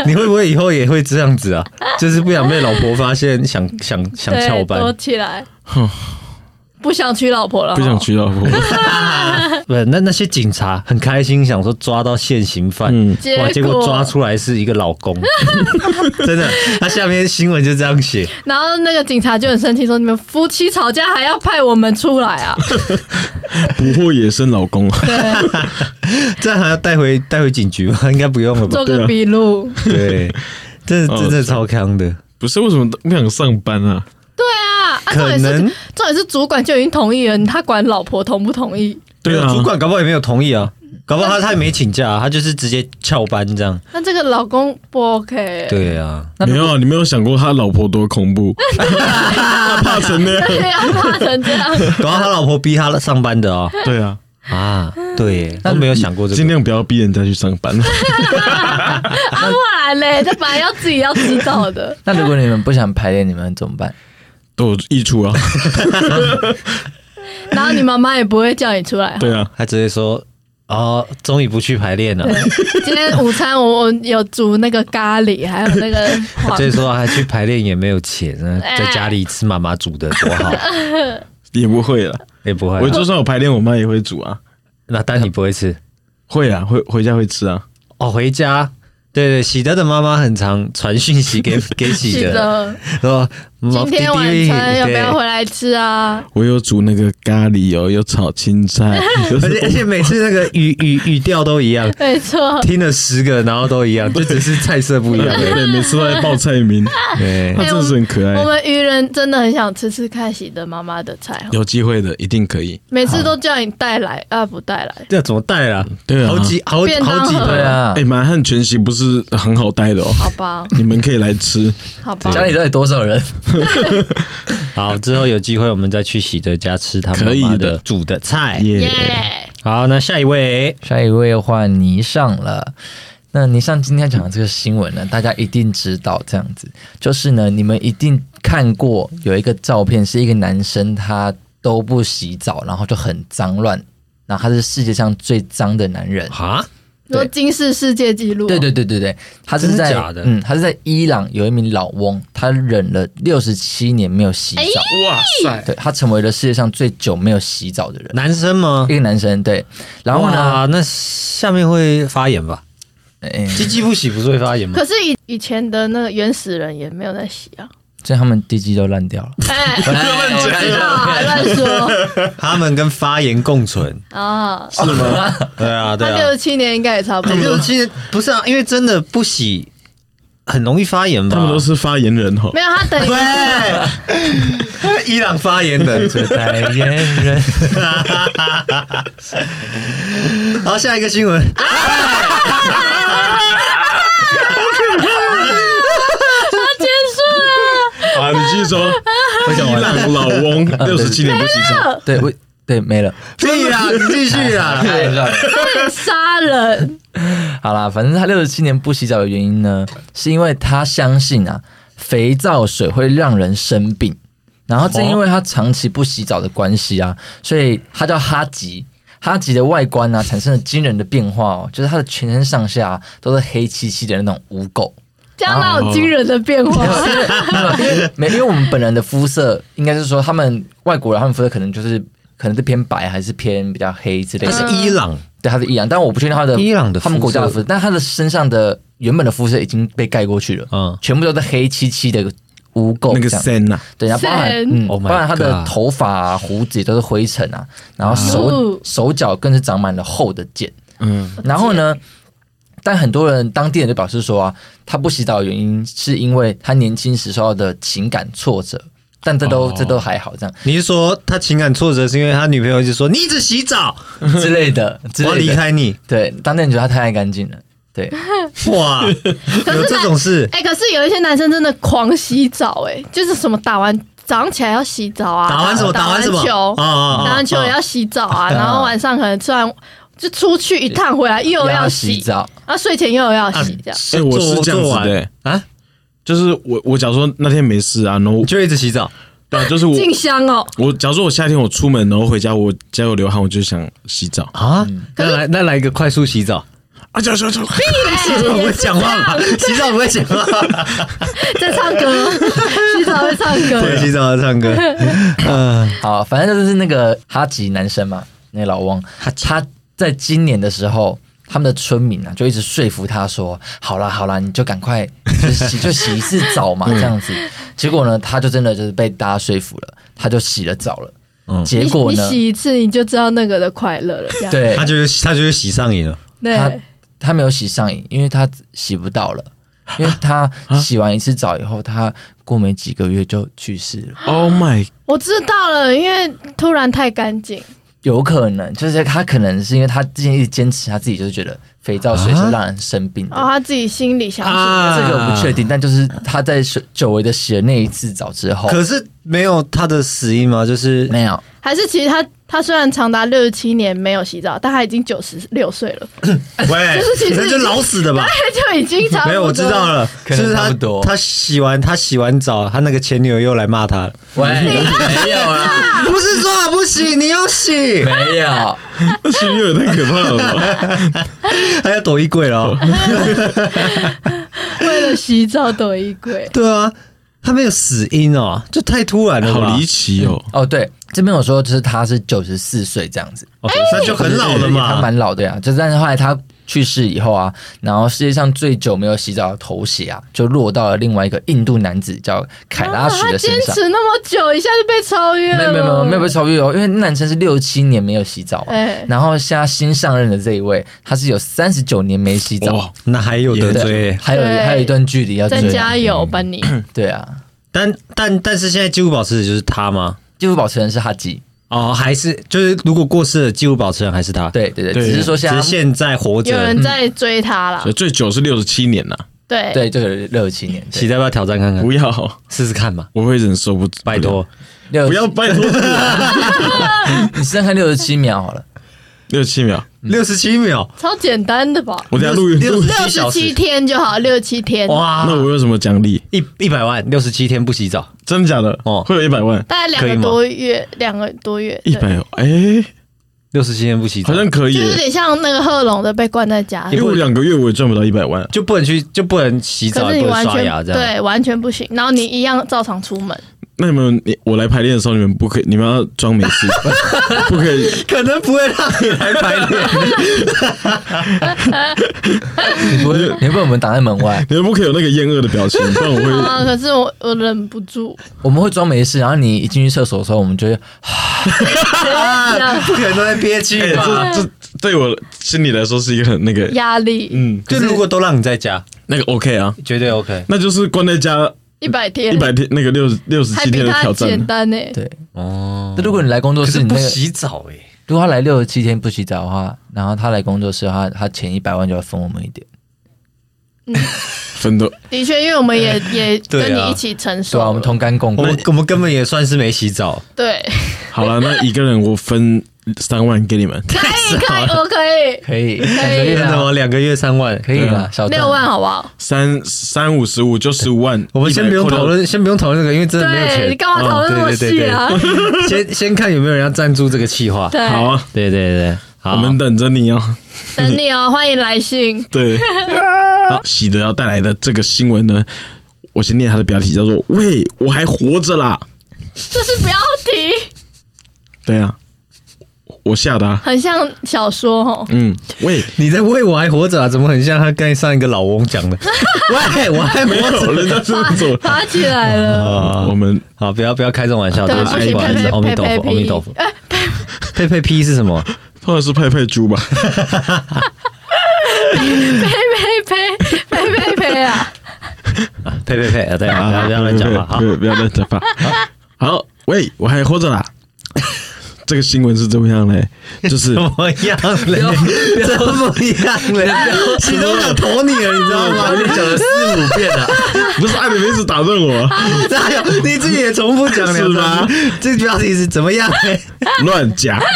Speaker 2: 你？你会不会以后也会这样子啊？就是不想被老婆发现，想想 [LAUGHS] 想翘
Speaker 4: 对，躲
Speaker 2: 班。[LAUGHS]
Speaker 4: 起来，不想娶老婆了，
Speaker 3: 不想娶老婆，
Speaker 2: 不，那那些警察很开心，想说抓到现行犯，
Speaker 3: 嗯
Speaker 2: 哇，结
Speaker 4: 结果
Speaker 2: 果抓出来是一个老
Speaker 4: [LAUGHS]
Speaker 2: 公，真的。他下面新闻就这样写，
Speaker 4: 然后那个警察就很生气，说：“你们夫妻吵架还要派我们出来啊
Speaker 3: 捕获野生老公，？”
Speaker 4: 对，
Speaker 2: 这样还要带回带回警局吗？应该不用了吧
Speaker 4: [LAUGHS] 做？个笔录。
Speaker 2: 对，这
Speaker 3: 啊哦
Speaker 2: 真的超康的，
Speaker 3: 不是为什么不想上班啊？
Speaker 4: 对啊，啊重
Speaker 2: 可
Speaker 4: 点是
Speaker 2: 能
Speaker 4: 重点是主管就已经同意了，他管老婆同不同意？
Speaker 3: 对啊，
Speaker 2: 主管搞不好也没有同意啊。搞
Speaker 4: [LAUGHS]
Speaker 2: 不好他他也没请假啊、他就是直接翘班这样。
Speaker 4: 那这个老公不 OK？
Speaker 2: 对啊，
Speaker 3: 没有啊，你没有想过他老婆多恐 [LAUGHS] 怖，他怕成那样。
Speaker 4: 对啊，骂成这样，
Speaker 2: 搞不好他老婆逼他上班的啊、
Speaker 3: 对啊，
Speaker 2: 啊，对耶，都没有想过这
Speaker 3: 尽
Speaker 2: 个。
Speaker 3: 量不要逼人家去上 [LAUGHS] 班。
Speaker 4: 啊，不然 [LAUGHS] 嘞，这本来要自己要知道的。
Speaker 1: 那如果你们不想排练，你们怎么办？
Speaker 3: 都有益处啊，
Speaker 4: 然后你妈妈也不会叫你出来。
Speaker 3: 对啊，
Speaker 2: 他直接说：“哦，终于不去排练了。
Speaker 4: 今天午餐我我有煮那个咖喱，还有那个”黄 [LAUGHS]
Speaker 2: 他直接说：“还去排练也没有钱，啊，
Speaker 4: 哎
Speaker 2: 在家里吃妈妈煮的多好。
Speaker 3: 也不会了。”
Speaker 2: [LAUGHS] 也不会
Speaker 3: 我
Speaker 2: 啊，
Speaker 3: 就算我排练，我妈也会煮啊，
Speaker 2: 那但你不会吃
Speaker 3: 会啊，回回家会吃啊。
Speaker 2: 哦。回家，对对，喜德的妈妈很常传讯息
Speaker 4: [LAUGHS]
Speaker 2: 给给喜德，
Speaker 4: 是的，
Speaker 2: 说
Speaker 4: 今天晚餐要不要？
Speaker 2: 哦
Speaker 4: 回来吃啊？
Speaker 3: 我有煮那个咖喱哦，有炒青菜，有
Speaker 2: 弟弟对而且而且每次那个语语语调都一样，
Speaker 4: 没 [LAUGHS] 错，
Speaker 2: 听了十个然后都一样，就只是菜色不一样而已。
Speaker 4: [LAUGHS]
Speaker 3: 对，每次都在报菜名，
Speaker 2: [LAUGHS] 对
Speaker 3: 她真的是很可
Speaker 4: 我
Speaker 3: 爱。
Speaker 4: 们愚人真的很想吃吃看喜德妈妈的菜哦，
Speaker 3: 有机会的一定可以。
Speaker 4: 每次都叫你带来啊，不带来，
Speaker 2: 这怎么带啊？
Speaker 3: 对啊
Speaker 2: 好几好
Speaker 4: 便当
Speaker 2: 好几
Speaker 4: 盒
Speaker 1: 对
Speaker 2: 盆啊！
Speaker 1: 啊
Speaker 3: 哎、，满汉全席不是很好带的哦， [LAUGHS]
Speaker 4: 好吧，
Speaker 3: 你们可以来吃。
Speaker 4: 好吧，
Speaker 1: 家里到底多少人？
Speaker 2: 好，之后有机会我们再去喜德家吃他
Speaker 3: 可
Speaker 2: 们
Speaker 3: 以
Speaker 2: 妈妈
Speaker 3: 的
Speaker 2: 的煮的菜。
Speaker 4: 耶、
Speaker 3: 耶，
Speaker 2: 好，那下一位，
Speaker 1: 下一位换霓裳了。那霓裳今天讲的这个新闻呢，大家一定知道，这样子就是呢，你们一定看过有一个照片，是一个男生他都不洗澡，然后就很脏乱，然后他是世界上最脏的男人。
Speaker 2: 啊，
Speaker 4: 说金氏世界纪录，
Speaker 1: 对对对对对，他是
Speaker 2: 真的
Speaker 1: 在
Speaker 2: 假的
Speaker 1: 嗯，他是在伊朗有一名老翁，他忍了六十七年没有洗澡，
Speaker 3: 哇塞，
Speaker 1: 对他成为了世界上最久没有洗澡的人，
Speaker 2: 男生吗？
Speaker 1: 一个男生对。然后呢，
Speaker 2: 哇，那下面会发炎吧？
Speaker 1: 哎，
Speaker 2: [LAUGHS] 鸡鸡不洗不是会发炎吗
Speaker 4: [LAUGHS] 可？是以以前的那个原始人也没有在洗啊，
Speaker 1: 所以他们地基都烂掉了。
Speaker 4: 哎，
Speaker 1: 乱
Speaker 4: 我知道啊乱说
Speaker 2: 他们跟发炎共存。
Speaker 4: 啊，
Speaker 2: 哦
Speaker 3: 是吗？
Speaker 2: 对啊，对
Speaker 4: 他六
Speaker 2: 啊
Speaker 4: 十。七年应该也差不
Speaker 2: 六
Speaker 4: 多
Speaker 2: 十。七不是啊，因为真的不洗很容易发炎吧？
Speaker 3: 他们都是发言人哦吼
Speaker 4: 没，有，他等于
Speaker 2: 对， [LAUGHS] 伊朗发炎的。
Speaker 1: 代言人，
Speaker 2: 好，下一个新 [LAUGHS] 闻。
Speaker 3: 啊，你继续说，伊朗老 [LAUGHS] 翁六十七年不洗澡，
Speaker 1: [LAUGHS] 对，我对没了，
Speaker 2: 对啦，你继续啊哎啦。
Speaker 1: 开玩笑的。
Speaker 4: 他杀人，
Speaker 1: 好啦，反正他六十七年不洗澡的原因呢，是因为他相信啊，肥皂水会让人生病。然后正因为他长期不洗澡的关系啊，所以他叫哈吉。哈吉的外观呢、啊产生了惊人的变化哦，就是他的全身上下、啊都是黑漆漆的那种污垢。 [LAUGHS]
Speaker 4: 这样那有惊人的变化。
Speaker 1: 因为没，因为我们本人的肤色，应该是说他们外国人他们肤色可能就是可能是偏白还是偏比较黑之类
Speaker 2: 那
Speaker 1: 的。
Speaker 2: 是伊朗，
Speaker 1: 对，他是伊朗，但我不确定他的
Speaker 2: 伊朗的
Speaker 1: 他们
Speaker 2: 肤
Speaker 1: 国家的
Speaker 2: 色
Speaker 1: 肤色，但他的身上的原本的肤色已经被盖过去了，
Speaker 2: 嗯
Speaker 1: 全部都是黑漆漆的污垢
Speaker 3: 那个
Speaker 1: 这样，
Speaker 3: sen 呐，
Speaker 1: 对，然后包含
Speaker 4: Sand
Speaker 1: 嗯，包
Speaker 2: Oh my
Speaker 1: 含他的
Speaker 2: God
Speaker 1: 头发啊、胡子也都是灰尘啊，然后手
Speaker 4: 哦
Speaker 1: 手脚更是长满了厚的茧，
Speaker 3: 嗯，
Speaker 1: 然后呢，但很多人当地人就表示说啊，他不洗澡的原因是因为他年轻时受到的情感挫折，但这
Speaker 2: 哦
Speaker 1: 都、这都还好这样
Speaker 2: 你是说他情感挫折是因为他女朋友一直说你一直洗澡，
Speaker 1: 之类的之
Speaker 2: [LAUGHS] 我要
Speaker 1: 类
Speaker 2: 离
Speaker 1: 的，
Speaker 2: 开你？
Speaker 1: 对，当地人觉得他太爱干净了，
Speaker 4: [LAUGHS]
Speaker 1: 对。
Speaker 2: 哇，有这种事？
Speaker 4: 哎、可是有一些男生真的狂洗澡、哎，就是什么打完早上起来要洗澡啊，
Speaker 2: 打完什么？
Speaker 4: 打
Speaker 2: 完什么？
Speaker 4: 球，
Speaker 2: 啊啊啊
Speaker 4: 打完球也要洗澡啊，然后晚上可能吃完就出去一趟回来又要
Speaker 1: 洗，澡，
Speaker 4: 然后睡前又要洗，这样。
Speaker 3: 哎，我是这样子的欸，
Speaker 2: 啊，
Speaker 3: 就是我我假如说那天没事啊，然后
Speaker 2: 你就一直洗澡。
Speaker 3: 对啊，
Speaker 4: [LAUGHS]
Speaker 3: 就是我
Speaker 4: 静香哦，
Speaker 3: 我假如说我夏天我出门然后回家我家有流汗，我就想洗澡
Speaker 2: 啊，那来那来一个快速洗澡，
Speaker 3: 啊，叫叫叫，
Speaker 2: 洗澡不会讲话吧？洗澡不会 [LAUGHS] 讲话，
Speaker 4: 在唱
Speaker 1: [LAUGHS]
Speaker 4: 歌，洗澡会唱歌。
Speaker 2: 洗澡要唱歌。
Speaker 1: 好，反正就是那个哈吉男生嘛，那个老汪，他在今年的时候，他们的村民啊就一直说服他说，好啦好啦，你就赶快就洗就洗一次澡嘛，这样子。结果呢，他就真的就是被大家说服了，他就洗了澡了。
Speaker 2: 嗯
Speaker 1: 结果
Speaker 4: 你
Speaker 1: 呢，
Speaker 4: 洗一啊次你就知道那个的快乐了，这样。
Speaker 1: 对
Speaker 2: 他就是他就是洗上瘾了，
Speaker 1: 他
Speaker 4: 对，
Speaker 1: 他没有洗上瘾，因为他洗不到了。因为他洗完一次澡以后，他过没几个月就去世了，
Speaker 3: Oh my！
Speaker 4: 我知道了，因为突然太干净，
Speaker 1: 有可能就是他可能是因为他之前一直坚持，他自己就是觉得肥皂水是让人生病的
Speaker 4: 然、后他自己心里想
Speaker 2: 啊
Speaker 4: 说，
Speaker 1: 这个我不确定，但就是他在水久违的洗了那一次澡之后，
Speaker 2: 可是没有他的死因吗？就是
Speaker 1: 没有
Speaker 4: 还是其实他他虽然长达六十七年没有洗澡，但他已经九十六岁了， [LAUGHS]
Speaker 2: 喂
Speaker 4: 就是其实
Speaker 2: 那就老死的吧？
Speaker 4: 他就已经差不多
Speaker 2: 没有，我知道。了，
Speaker 1: 可
Speaker 2: 就
Speaker 1: 能
Speaker 2: 是
Speaker 1: 差
Speaker 2: 他
Speaker 1: 不多
Speaker 2: 他洗完他洗完澡，他那个前女友又来骂他了，
Speaker 1: 喂，没有啦，
Speaker 4: 啊
Speaker 2: 不是说好不洗，你又洗，
Speaker 1: 没有，
Speaker 3: [LAUGHS] 那情侣也太可怕了吧！
Speaker 2: 还要躲衣柜了 [LAUGHS] 哦。
Speaker 4: 为了洗澡躲衣柜，
Speaker 2: 对啊，他没有死因哦，就太突然了吧，
Speaker 3: 好离奇哦。
Speaker 1: 哦对，这边有说就是他是九十四岁这样子，
Speaker 2: 哦，那就很老了
Speaker 1: 他
Speaker 2: 嘛。
Speaker 1: 蛮老的呀、就但是后来他去世以后啊，然后世界上最久没有洗澡的头衔啊，就落到了另外一个印度男子叫凯拉
Speaker 4: 然后
Speaker 1: 什
Speaker 4: 啊他
Speaker 1: 的身
Speaker 4: 坚
Speaker 1: 上。
Speaker 4: 持那么久，一下就被超越
Speaker 1: 没有
Speaker 4: 了。
Speaker 1: 没有没有没有被超越哦，因为那男生是六七年没有洗澡、啊，
Speaker 4: 哎
Speaker 1: 然后现在新上任的这一位，他是有三十九年没洗澡，
Speaker 3: 哇，
Speaker 2: 那还有得追，
Speaker 1: 还有
Speaker 4: 对
Speaker 1: 还有一段距离要
Speaker 4: 再
Speaker 1: 追，
Speaker 4: 加油吧你！
Speaker 1: 对啊，
Speaker 2: 但但但是现在纪录保持的就是他吗？
Speaker 1: 技术保持人是哈吉，
Speaker 2: 哦，还是就是如果过世了，纪录保持人还是他？，
Speaker 1: 对对对，
Speaker 3: 对
Speaker 1: 只是说
Speaker 2: 只
Speaker 1: 现在
Speaker 2: 是现在活
Speaker 4: 有
Speaker 2: 着
Speaker 4: 人在追他啦
Speaker 3: 所以，最久是六十七年呐，
Speaker 4: 对
Speaker 1: 对，这个六十七年，对
Speaker 2: 期待要不要挑战看看？
Speaker 3: 不要，
Speaker 2: 试试看吧，
Speaker 3: 我会忍受不，
Speaker 2: 拜托。
Speaker 1: 六
Speaker 3: 不要，不要拜托，
Speaker 1: 你试试看六十七秒好了，
Speaker 3: [LAUGHS] 六七秒，
Speaker 2: 六十七秒，
Speaker 4: 超简单的吧？
Speaker 3: 我等下录啊
Speaker 2: 六六，
Speaker 3: 录
Speaker 4: 六十
Speaker 2: 小
Speaker 4: 七
Speaker 2: 时
Speaker 4: 天就好，六七天，
Speaker 2: 哇，
Speaker 3: 那我有什么奖励？
Speaker 2: 一一百万，六十七天不洗澡，
Speaker 3: 真的假的？
Speaker 2: 哦
Speaker 3: 会有一百万，
Speaker 4: 大概两
Speaker 2: 可以
Speaker 4: 个
Speaker 2: 吗
Speaker 4: 多月，两个多月，
Speaker 3: 一
Speaker 4: 对
Speaker 3: 百，哎，
Speaker 2: 六十七天不洗澡，
Speaker 3: 好像可以
Speaker 4: 就有
Speaker 3: 耶，
Speaker 4: 点像那个贺龙的被关在家
Speaker 3: 因
Speaker 4: 里
Speaker 3: 为，我两个月我也赚不到一百万，
Speaker 2: 就不能去，就不能洗
Speaker 4: 可
Speaker 2: 澡，
Speaker 4: 是
Speaker 2: 也
Speaker 4: 你
Speaker 2: 不
Speaker 4: 完
Speaker 2: 能刷牙
Speaker 4: 全
Speaker 2: 这样。
Speaker 4: 对完全不行，然后你一样照常出门，
Speaker 3: 那你们你我来排练的时候，你们不可以，你们要装没事，不可以，
Speaker 2: 可能不会让你来排练，
Speaker 1: 你不会，你会被我们挡在门
Speaker 3: [LAUGHS]
Speaker 1: 外，
Speaker 3: 你们不可以有那个厌恶的表情，不然我会。
Speaker 4: 啊，可是我我忍不住，
Speaker 1: 我们会装没事，然后你一进去厕所的时候，我们就会
Speaker 2: 不可能都在憋气吧？
Speaker 3: 哎这这对我心里来说是一个很那个，
Speaker 4: 压力
Speaker 3: 嗯，
Speaker 2: 就如果都让你在家，
Speaker 3: 那个 OK 啊，
Speaker 2: 绝对 OK。
Speaker 3: 那就是关在家
Speaker 4: 一百天
Speaker 3: 一，百天那个六六十
Speaker 4: 还
Speaker 3: 七
Speaker 4: 比
Speaker 3: 天的
Speaker 4: 他
Speaker 3: 挑
Speaker 4: 简
Speaker 3: 战，
Speaker 4: 单呢，
Speaker 1: 对。
Speaker 2: 哦，
Speaker 1: 那如果你来工作
Speaker 2: 可
Speaker 1: 室，你
Speaker 2: 是
Speaker 1: 那
Speaker 2: 不
Speaker 1: 个
Speaker 2: 洗澡哎，
Speaker 1: 如果他来六十七天不洗澡的话，然后他来工作室的话，他前一百万就要分我们一点，
Speaker 3: 分的
Speaker 4: 的确，因为我们也也
Speaker 2: 对啊
Speaker 4: 跟你一起承受
Speaker 1: 对
Speaker 4: 了，
Speaker 1: 啊，我们同甘共
Speaker 2: 我
Speaker 1: 苦。
Speaker 2: 们我们根本也算是没洗澡，
Speaker 4: 对，
Speaker 3: 好了，那一个人我分三万给你们，
Speaker 4: 可以可以，我可以
Speaker 1: 可以，
Speaker 4: 可以
Speaker 1: 以
Speaker 2: 真的
Speaker 1: 啦，
Speaker 2: 吗？两个月三万，
Speaker 1: 啊可以啦，小郑
Speaker 4: 六万好不好？
Speaker 3: 三三五十五就十五万，
Speaker 2: 我们先不用讨论，先不用讨论这个，因为真的没有
Speaker 4: 对，你
Speaker 2: 钱。
Speaker 4: 干嘛讨论那么
Speaker 2: 哦对对
Speaker 4: 细啊？
Speaker 2: [LAUGHS] 先先看有没有人要赞助这个企划。
Speaker 4: 对，
Speaker 3: 100扣到。好啊，
Speaker 2: 对对对，好
Speaker 3: 我们等着你哦。
Speaker 4: 等你哦，欢迎
Speaker 3: [LAUGHS]
Speaker 4: 来信。 [LAUGHS]
Speaker 3: 对，好，喜德要带来的这个新闻呢，我先念它的标题，叫做“喂，我还活着啦
Speaker 4: 这是标题，”。
Speaker 3: 对啊，我吓的、啊。
Speaker 4: 很像小说哦。。
Speaker 3: 嗯，喂，
Speaker 2: 你在喂我还活着啊？怎么很像他刚上一个老翁讲的？喂，我还活
Speaker 3: 没有人
Speaker 2: 着。
Speaker 3: 家这么 [LAUGHS] 做
Speaker 4: 爬起来
Speaker 3: [LAUGHS]
Speaker 4: 了，
Speaker 2: 啊
Speaker 3: 我们
Speaker 2: 好，不要不要开这种玩笑，
Speaker 4: 对
Speaker 2: 对
Speaker 4: 不
Speaker 2: 起，
Speaker 4: 行
Speaker 2: 不好意思，
Speaker 4: 呸呸
Speaker 2: 阿弥陀
Speaker 4: 呸
Speaker 2: 佛，
Speaker 4: 呸
Speaker 2: 阿弥陀佛。佩佩 P 是什么？
Speaker 3: 或者是佩佩猪吧，
Speaker 2: [LAUGHS]
Speaker 4: 呸呸呸呸呸
Speaker 3: [LAUGHS]
Speaker 4: 呸啊！
Speaker 2: 佩佩佩啊，对，不要不要乱讲话。好
Speaker 3: 不，要不要乱讲话。好，喂，我还活着啦。 [LAUGHS] 这个新闻是怎么样嘞？就是
Speaker 2: [LAUGHS] 怎么样嘞？怎么样嘞？启东想投你了，你知道吗？你讲了四五遍 [LAUGHS] 了，
Speaker 3: 不是啊，你们一直打断我， [LAUGHS]
Speaker 2: 哪有？你自己也重复讲
Speaker 3: 是
Speaker 2: 两
Speaker 3: 吗
Speaker 2: 吗？这标题是怎么样嘞？
Speaker 3: 乱讲。
Speaker 2: [LAUGHS]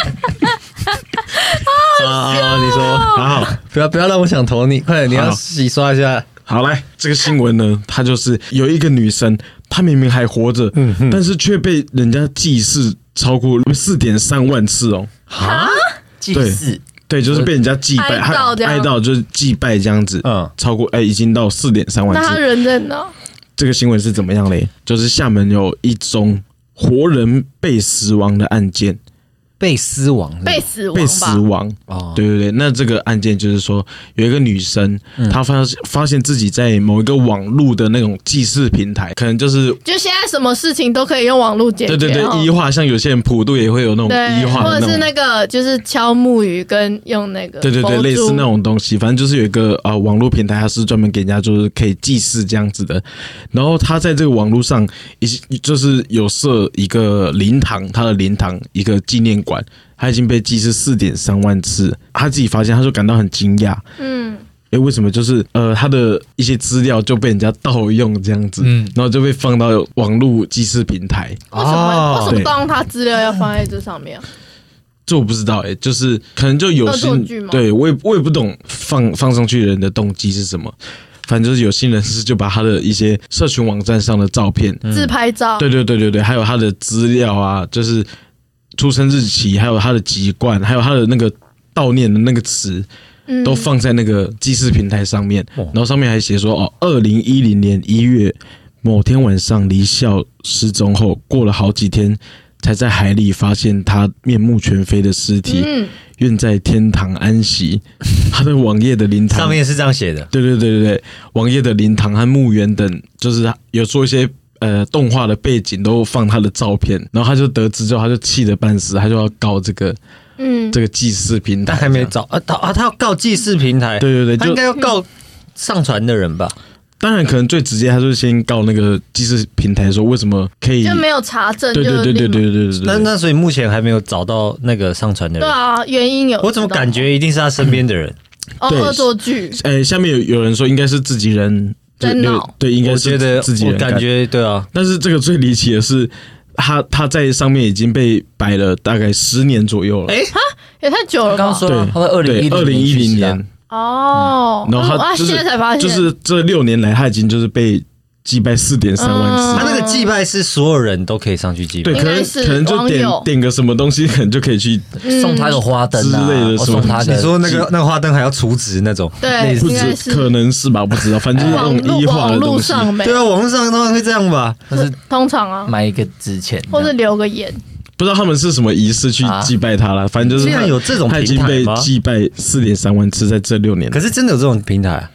Speaker 2: 啊啊！你说，
Speaker 3: 好，
Speaker 2: 不要不要让我想投你，快点，你要
Speaker 3: 好
Speaker 2: 洗刷一下。
Speaker 3: 好来，这个新闻呢，它就是有一个女生，她明明还活着，
Speaker 2: 嗯
Speaker 3: 但是却被人家祭祀超过四点三万次哦。
Speaker 2: 啊，
Speaker 1: 祭
Speaker 3: 对
Speaker 1: 祀，
Speaker 3: 对，就是被人家祭拜，
Speaker 4: 哀悼
Speaker 3: 她
Speaker 4: 这样
Speaker 3: 哀悼就是祭拜这样子，
Speaker 2: 嗯
Speaker 3: 超过哎、已经到四点三万
Speaker 4: 那他
Speaker 3: 次。
Speaker 4: 人在哪？
Speaker 3: 这个新闻是怎么样嘞？就是厦门有一宗活人被死亡的案件，
Speaker 2: 被撕王是不是
Speaker 4: 被死
Speaker 3: 嗯被
Speaker 4: 亡
Speaker 3: 死
Speaker 4: 吧？
Speaker 3: 亡。
Speaker 2: 哦，
Speaker 3: 对对对，那这个案件就是说，有一个女生，她发发现自己在某一个网络的那种祭祀平台，可能就是
Speaker 4: 就现在什么事情都可以用网络解决
Speaker 3: 对
Speaker 4: 哦，
Speaker 3: 对对，医化像有些人普渡也会有那种医
Speaker 4: 对，
Speaker 3: 化
Speaker 4: 或
Speaker 3: 的
Speaker 4: 者是
Speaker 3: 种，
Speaker 4: 那个就是敲木鱼跟用那个
Speaker 3: 对对对，
Speaker 4: 佛
Speaker 3: 类似
Speaker 4: 珠
Speaker 3: 那种东西。反正就是有一个呃网络平台，它是专门给人家就是可以祭祀这样子的。然后他在这个网络上已经就是有设一个灵堂，他的灵堂一个纪念馆，他已经被祭祀四点三万次。他自己发现，他就感到很惊讶，
Speaker 4: 嗯，
Speaker 3: 诶，为什么就是呃他的一些资料就被人家盗用这样子，
Speaker 1: 嗯
Speaker 3: 然后就被放到网络祭祀平台。
Speaker 4: 为什么为什
Speaker 3: 啊对
Speaker 4: 么当他资料要放在这上面啊？
Speaker 3: 这我不知道哎、就是可能就有
Speaker 4: 恶作
Speaker 3: 心
Speaker 4: 剧吗
Speaker 3: 对我也我也不懂放放上去的人的动机是什么，反正就是有心人士就把他的一些社群网站上的照片，
Speaker 4: 自拍照，
Speaker 3: 嗯对对对对对，还有他的资料啊，就是出生日期，还有他的籍贯，还有他的那个悼念的那个词，
Speaker 4: 嗯
Speaker 3: 都放在那个祭祀平台上面，
Speaker 2: 哦
Speaker 3: 然后上面还写说哦，二零一零年一月某天晚上离校失踪后，过了好几天。才在海里发现他面目全非的尸体，
Speaker 4: 嗯，
Speaker 3: 愿在天堂安息。 [LAUGHS] 他的网页的灵堂
Speaker 2: 上，面是这样写的。
Speaker 3: 对对对对对，网页的灵堂和墓园等，就是有做一些呃动画的背景，都放他的照片。然后他就得知之后，他就气得半死，他就要告这个
Speaker 4: 嗯，
Speaker 3: 这个祭祀平台。
Speaker 2: 但还没找啊，他啊，他要告祭祀平台，
Speaker 3: 对对对，
Speaker 2: 他应
Speaker 3: 就
Speaker 2: 该要告上传的人吧？
Speaker 3: 当然可能最直接，他就先告那个祭祀平台说为什么可以
Speaker 4: 就。没有查证，
Speaker 3: 对对
Speaker 4: 就
Speaker 3: 对对对
Speaker 4: 立
Speaker 3: 对
Speaker 4: 马
Speaker 3: 对对
Speaker 2: 那
Speaker 3: 对，
Speaker 2: 那所以目前还没有找到那个上传的
Speaker 4: 对
Speaker 2: 人。
Speaker 4: 啊，原因有
Speaker 2: 我怎么
Speaker 4: 知道
Speaker 2: 感觉一定是他身边的人？
Speaker 4: 哦
Speaker 3: 对
Speaker 4: 恶作剧？
Speaker 3: 哎，下面有有人说应该是自己人对
Speaker 4: 真的
Speaker 3: 没
Speaker 4: 哦
Speaker 3: 有对，应该
Speaker 2: 我
Speaker 3: 是
Speaker 2: 觉得
Speaker 3: 自己
Speaker 2: 我
Speaker 3: 人
Speaker 2: 感
Speaker 3: 干
Speaker 2: 觉对啊，
Speaker 3: 但是这个最离奇的是，他他在上面已经被摆了大概十年左右了。
Speaker 2: 哎
Speaker 4: 也太久了
Speaker 1: 刚刚
Speaker 4: 吧？
Speaker 1: 说了
Speaker 3: 对，
Speaker 1: 啊
Speaker 3: 啊
Speaker 1: 他在二零一
Speaker 3: 对，二零一零
Speaker 1: 啊
Speaker 3: 年，
Speaker 4: 哦，
Speaker 3: 嗯然后
Speaker 4: 啊，
Speaker 3: 他就
Speaker 4: 现在才发
Speaker 3: 是
Speaker 4: 现，
Speaker 3: 就是这六年来，他已经就是被击败四点三万
Speaker 4: 嗯
Speaker 3: 次
Speaker 2: 他。那个祭拜是所有人都可以上去祭拜
Speaker 3: 对，
Speaker 4: 应
Speaker 3: 可能
Speaker 4: 该是
Speaker 3: 可能就
Speaker 4: 网
Speaker 3: 点
Speaker 4: 友
Speaker 3: 点个什么东西， [LAUGHS] 可能就可以去，
Speaker 4: 嗯
Speaker 1: 送他个花灯啊
Speaker 3: 之类的，
Speaker 1: 我
Speaker 3: 什么
Speaker 1: 送他
Speaker 3: 对
Speaker 1: 个，
Speaker 2: 你说那个那个花灯还要除值那种？
Speaker 4: 对，
Speaker 3: 不
Speaker 4: 应该
Speaker 3: 止
Speaker 4: 是
Speaker 3: 可能是吧，不知道，反正就是
Speaker 4: 网
Speaker 3: 那种医
Speaker 4: 络
Speaker 3: 化
Speaker 4: 网
Speaker 3: 的东
Speaker 4: 络
Speaker 3: 西。
Speaker 4: 上没
Speaker 2: 对啊，网络上他们会这样吧？
Speaker 1: 就是
Speaker 4: 通常啊，
Speaker 1: 买一个纸钱，
Speaker 4: 或者留个言，
Speaker 3: 不知道他们是什么仪式去
Speaker 1: 啊
Speaker 3: 祭拜他了，反正就是
Speaker 2: 竟
Speaker 3: 他
Speaker 2: 然有这种
Speaker 3: 他已
Speaker 2: 平
Speaker 3: 经
Speaker 2: 台
Speaker 3: 被
Speaker 2: 吗？
Speaker 3: 祭拜四点三万次，在这六年，
Speaker 2: 可是真的有这种平台啊？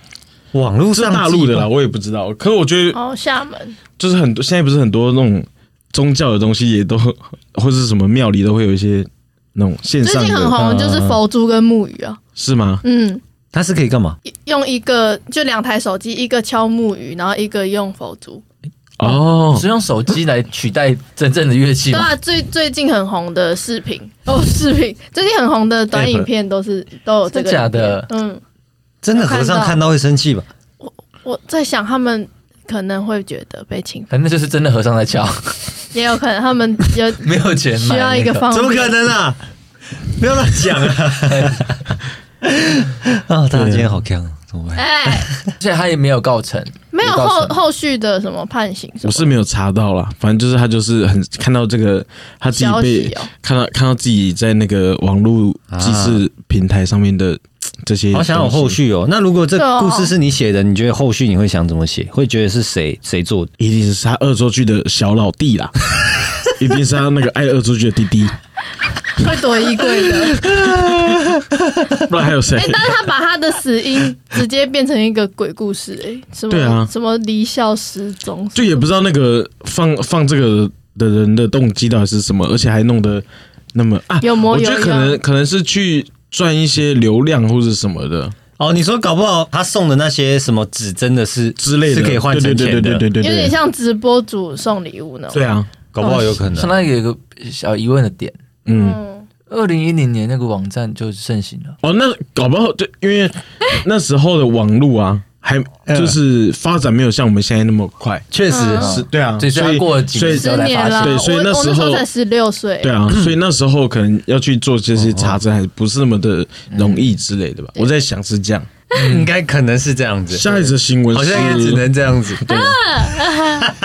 Speaker 2: 网络
Speaker 3: 是
Speaker 2: 上
Speaker 3: 大陆的啦，
Speaker 2: 祭
Speaker 3: 我也不知道。可是我觉得
Speaker 4: 哦，厦门，
Speaker 3: 就是很多现在不是很多那种宗教的东西也都或是什么庙里都会有一些那种线
Speaker 4: 最
Speaker 3: 上
Speaker 4: 近很
Speaker 3: 的，啊
Speaker 4: 红就是佛珠跟木鱼啊，
Speaker 3: 是吗？
Speaker 4: 嗯，
Speaker 2: 拜，它是可以干嘛？
Speaker 4: 用一个就两台手机，一个敲木鱼，然后一个用佛珠，
Speaker 3: 哦，
Speaker 1: 是用手机来取代真正的乐器
Speaker 4: 对
Speaker 1: 吗？
Speaker 4: 啊，最最近很红的视频哦，视频最近很红的短影片都是都有这个
Speaker 1: 真假的
Speaker 4: 影片嗯，
Speaker 2: 真的和尚看到会生气吧？
Speaker 4: 我在想他们可能会觉得被侵犯，
Speaker 1: 反正就是真的和尚在敲，
Speaker 4: 也有可能他们 [LAUGHS] 有
Speaker 1: 没有钱买
Speaker 4: 需要一
Speaker 1: 那
Speaker 4: 个方，
Speaker 2: 怎么可？能啊？不要乱讲啊！ [LAUGHS] 啊，大家今天好强啊，怎么办？
Speaker 4: 哎，
Speaker 1: 而且他也没有告成，
Speaker 4: 没有
Speaker 1: 告
Speaker 4: 后
Speaker 1: 成
Speaker 4: 后续的什么判刑什
Speaker 3: 我
Speaker 4: 么
Speaker 3: 是没有查到啦，反正就是他就是很看到这个他自己
Speaker 4: 消
Speaker 3: 被
Speaker 4: 息哦，
Speaker 3: 看到看到自己在那个网络祭祀平台上面的嘖这些，
Speaker 2: 好想有后，续哦。那如果这故事是你写的，你觉得后续你会想怎么写？会觉得是谁谁做的？
Speaker 3: 一定是他恶作剧的小老弟
Speaker 4: [LAUGHS]
Speaker 3: 啦，一定是他那个爱恶作剧的弟弟，
Speaker 4: 会躲衣柜的。
Speaker 3: 不然还有谁
Speaker 4: 哎、？但是他把他的死因直接变成一个鬼故事、哎，什么、
Speaker 3: 对啊
Speaker 4: 什么离校失踪，
Speaker 3: 就也不知道那个放放这个的人的动机到底是什么，而且还弄得那么啊，
Speaker 4: 有模
Speaker 3: 我
Speaker 4: 有
Speaker 3: 觉
Speaker 4: 样。
Speaker 3: 得可能可能是去赚一些流量或者什么的
Speaker 2: 哦，你说搞不好他送的那些什么纸真的是
Speaker 3: 之类的，
Speaker 2: 是可以换
Speaker 3: 对
Speaker 2: 成
Speaker 3: 对
Speaker 2: 钱
Speaker 3: 对
Speaker 2: 的，
Speaker 3: 对对对
Speaker 4: 有点
Speaker 3: 对，
Speaker 4: 像直播主送礼物呢。
Speaker 3: 对啊，
Speaker 2: 搞不好有可
Speaker 1: 相
Speaker 4: 哦
Speaker 2: 能。
Speaker 1: 当于有一个小疑问的点。
Speaker 3: 嗯，
Speaker 4: 嗯，
Speaker 1: 二零一零年那个网站就盛行了，
Speaker 3: 哦，那搞不好就因为那时候的网络啊，还
Speaker 2: 嗯
Speaker 3: 就是发展没有像我们现在那么快，
Speaker 2: 确实
Speaker 1: 嗯
Speaker 3: 是对啊，
Speaker 1: 所以
Speaker 3: 所
Speaker 1: 他
Speaker 3: 以
Speaker 1: 过了几
Speaker 3: 所以
Speaker 1: 年之
Speaker 4: 十
Speaker 1: 后才
Speaker 4: 年
Speaker 1: 发
Speaker 4: 啦，
Speaker 1: 现，
Speaker 3: 对所以
Speaker 4: 我
Speaker 3: 那
Speaker 4: 我
Speaker 3: 时
Speaker 4: 那
Speaker 3: 候
Speaker 4: 候才十六岁，
Speaker 3: 对啊，所以那时候可能要去做这些查证，还不是那么的容易之类的吧？我在想是这样。
Speaker 2: 应该可能是这样子。
Speaker 3: 下一则新闻
Speaker 2: 好像也只
Speaker 3: 是，
Speaker 2: 能这样子。
Speaker 4: 啊
Speaker 2: 对，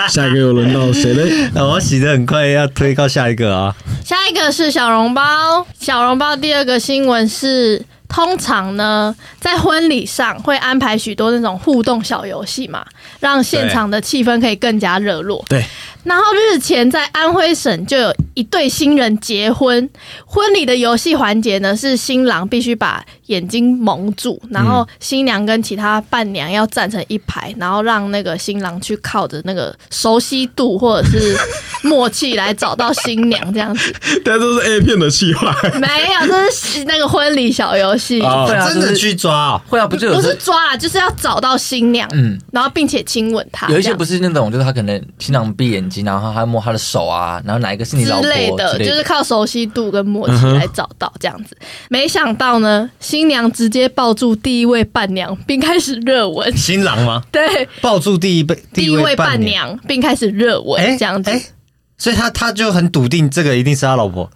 Speaker 3: 下一个又轮到
Speaker 2: [LAUGHS]
Speaker 3: 谁嘞？
Speaker 2: 那啊我洗的很快，要推到下一个啊。
Speaker 4: 下一个是小笼包，小笼包第二个新闻是。通常呢，在婚礼上会安排许多那种互动小游戏嘛，让现场的气氛可以更加热络。
Speaker 3: 对。
Speaker 4: 然后日前在安徽省就有一对新人结婚，婚礼的游戏环节呢是新郎必须把眼睛蒙住，然后新娘跟其他伴娘要站成一排，然后让那个新郎去靠着那个熟悉度或者是默契来找到新娘这样子。
Speaker 3: 大家都是 A 片的气话，
Speaker 4: [LAUGHS] 没有，这是那个婚礼小游戏，
Speaker 3: 哦
Speaker 1: 对啊，
Speaker 2: 真
Speaker 1: 就
Speaker 2: 的
Speaker 1: 是
Speaker 2: 去抓哦，
Speaker 1: 会啊，不就有
Speaker 4: 不是
Speaker 1: 这
Speaker 4: 抓啦，就是要找到新娘，
Speaker 1: 嗯，
Speaker 4: 然后并且亲吻她，
Speaker 1: 有一些不
Speaker 4: 是
Speaker 1: 是那种，就是他可能新郎闭眼睛，然后他摸他的手啊，然后哪一个是你老婆
Speaker 4: 之类的，就是靠熟悉度跟默契来找到这样子。没想到呢，新娘直接抱住第一位伴娘，并开始热吻，
Speaker 2: 新郎吗？
Speaker 4: 对，
Speaker 2: 抱住第一辈
Speaker 4: 第一位伴，娘，并开始热吻，
Speaker 2: 哎，
Speaker 4: 这样子、
Speaker 2: 哎所以他他就很笃定这个一定是他老婆，